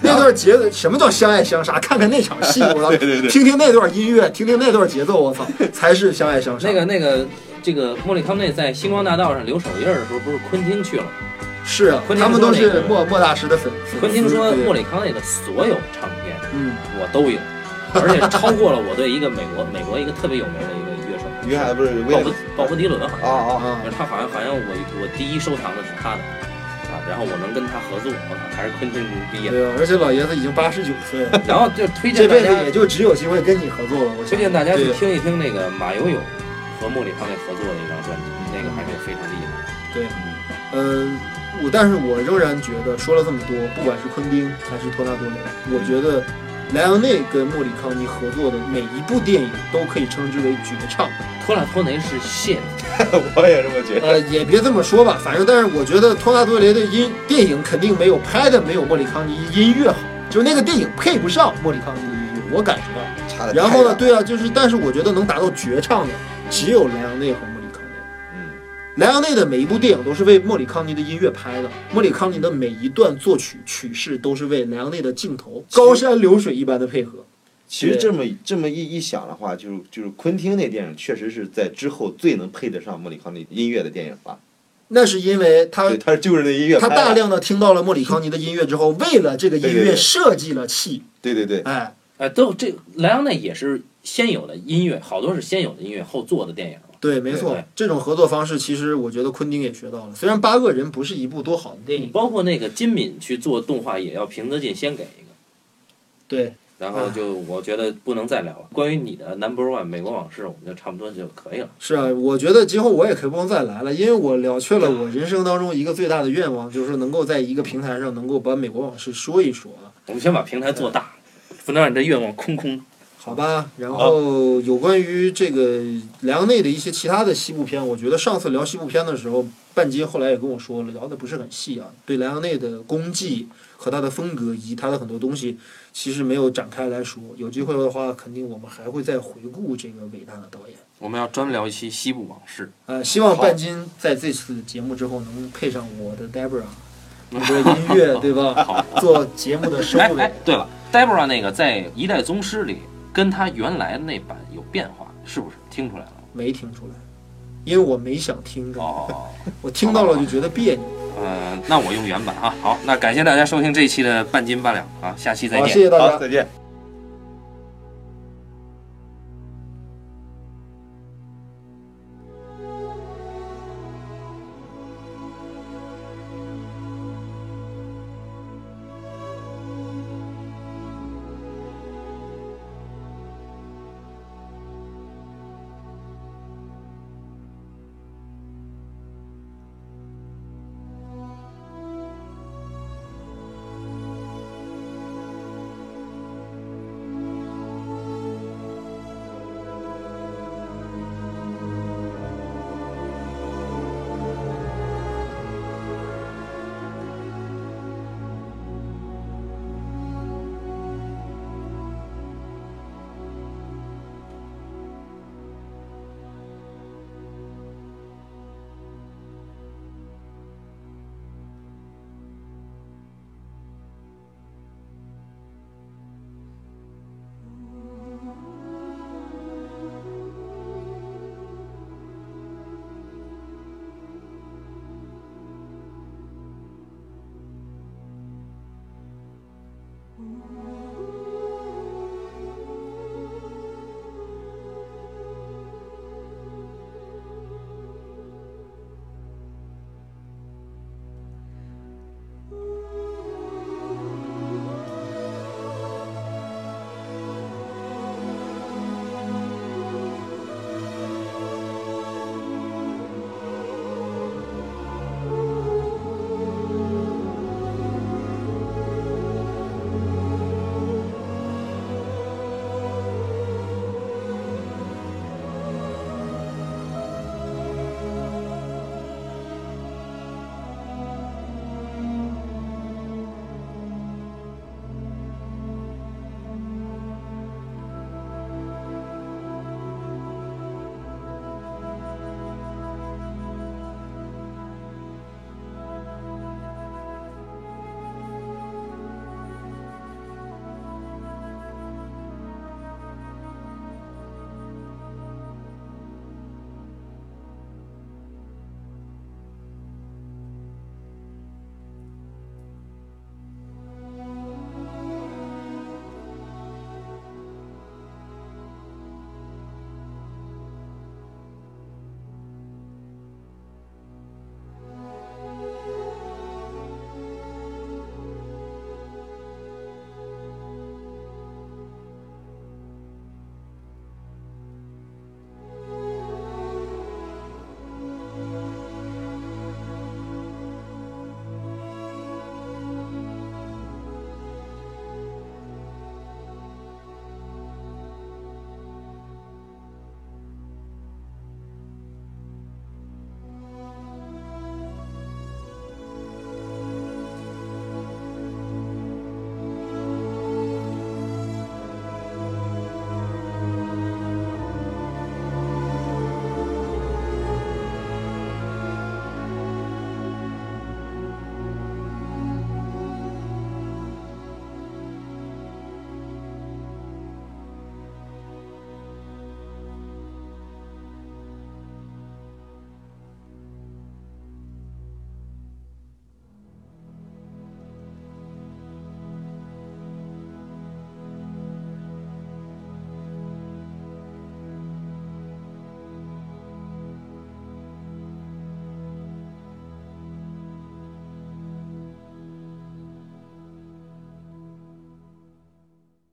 S2: 那段节奏，什么叫相爱相杀？看看那场戏，我操！听听那段音乐，听听那段节奏，我操，才是相爱相 杀。
S4: 那个那个，这个莫里康内在星光大道上留手印儿的时候，不是昆汀去了吗？
S2: 是啊，
S4: 昆汀
S2: 他们都
S4: 说那
S2: 是
S4: 个
S2: 莫莫大师的粉丝。
S4: 昆汀说
S2: 对
S4: 莫里康内的所有唱片
S2: 嗯，
S4: 我都有，而且超过了我对一个美国美国一个特别有名的一个乐手
S3: 约翰不是威
S4: 鲍
S3: 廉
S4: 勃鲍勃迪伦好
S3: 啊
S4: 像，
S3: 啊，
S2: 啊，
S4: 他好像好像我我第一收藏的是他的啊，然后我能跟他合作，我操，还是昆汀牛逼啊！
S2: 对啊，而且老爷子已经八十九岁了，
S4: 然后就 推
S2: 这
S4: 荐大
S2: 辈子也
S4: 家
S2: 就只有机会跟你合作了。我
S4: 推荐大家去
S2: 对
S4: 听一听那个马友友和莫里康内合作的一张专辑，那个还是非常厉害。
S2: 嗯，我但是我仍然觉得说了这么多，不管是昆汀还是托纳多雷，我觉得莱昂内跟莫里康尼合作的每一部电影都可以称之为绝唱。
S4: 托拉托雷是 shit，
S3: 我也这么觉得。
S2: 呃，也别这么说吧，反正但是我觉得托纳多雷的音电影肯定没有拍的没有莫里康尼音乐好，就是那个电影配不上莫里康尼的音乐，我感觉到。
S3: 差的。
S2: 然后呢，，对啊，就是但是我觉得能达到绝唱的只有莱昂内和莫里康内。
S3: 嗯，
S2: 莱昂内的每一部电影都是为莫里康尼的音乐拍的，莫里康尼的每一段作曲曲式都是为莱昂内的镜头高山流水一般的配合。
S3: 其实这么这么一一想的话，就是就是昆汀那电影确实是在之后最能配得上莫里康内音乐的电影吧。
S2: 那是因为他
S3: 对，他是就是那音乐
S2: 呃他
S3: 拍的，
S2: 大量的听到了莫里康尼的音乐之后，为了这个音
S3: 对对
S2: 乐
S3: 对
S2: 设计了戏，
S3: 对对对，
S2: 哎。
S4: 哎，都这莱昂内也是先有的音乐，好多是先有的音乐后做的电影嘛。
S2: 对，没错
S4: 对，
S2: 这种合作方式其实我觉得昆汀也学到了。虽然《八个人》不是一部多好的电
S4: 你
S2: 影，
S4: 包括那个金敏去做动画，也要平泽进先给一个。
S2: 对，
S4: 然后就我觉得不能再聊了。关于你的 Number One 美国往事，我们就差不多就可以了。
S2: 是啊，我觉得今后我也可不能再来了，因为我了却了
S4: 啊
S2: 我人生当中一个最大的愿望，就是能够在一个平台上能够把美国往事说一说啊，
S4: 我们先把平台做大，不能让你这愿望空空的。
S2: 好吧？然后有关于这个梁内的一些其他的西部片，我觉得上次聊西部片的时候，半斤后来也跟我说了，聊的不是很细啊，对莱昂内的功绩和他的风格以及他的很多东西，其实没有展开来说。有机会的话，肯定我们还会再回顾这个伟大的导演。
S4: 我们要专门聊一期西部往事。
S2: 呃，希望半斤在这次节目之后能配上我的 Debra，我的音乐，对吧？做节目的收
S4: 哎
S2: 尾
S4: 哎。，对了，Debra 那个在《一代宗师》里跟他原来那版有变化，是不是？听出来了？
S2: 没听出来，因为我没想听着，
S4: 哦，
S2: 我听到了就觉得别扭。
S4: 呃，那我用原版啊。好，那感谢大家收听这一期的半斤八两啊，下期再
S2: 好，
S4: 见
S2: 谢。谢大家
S3: 好，。再见。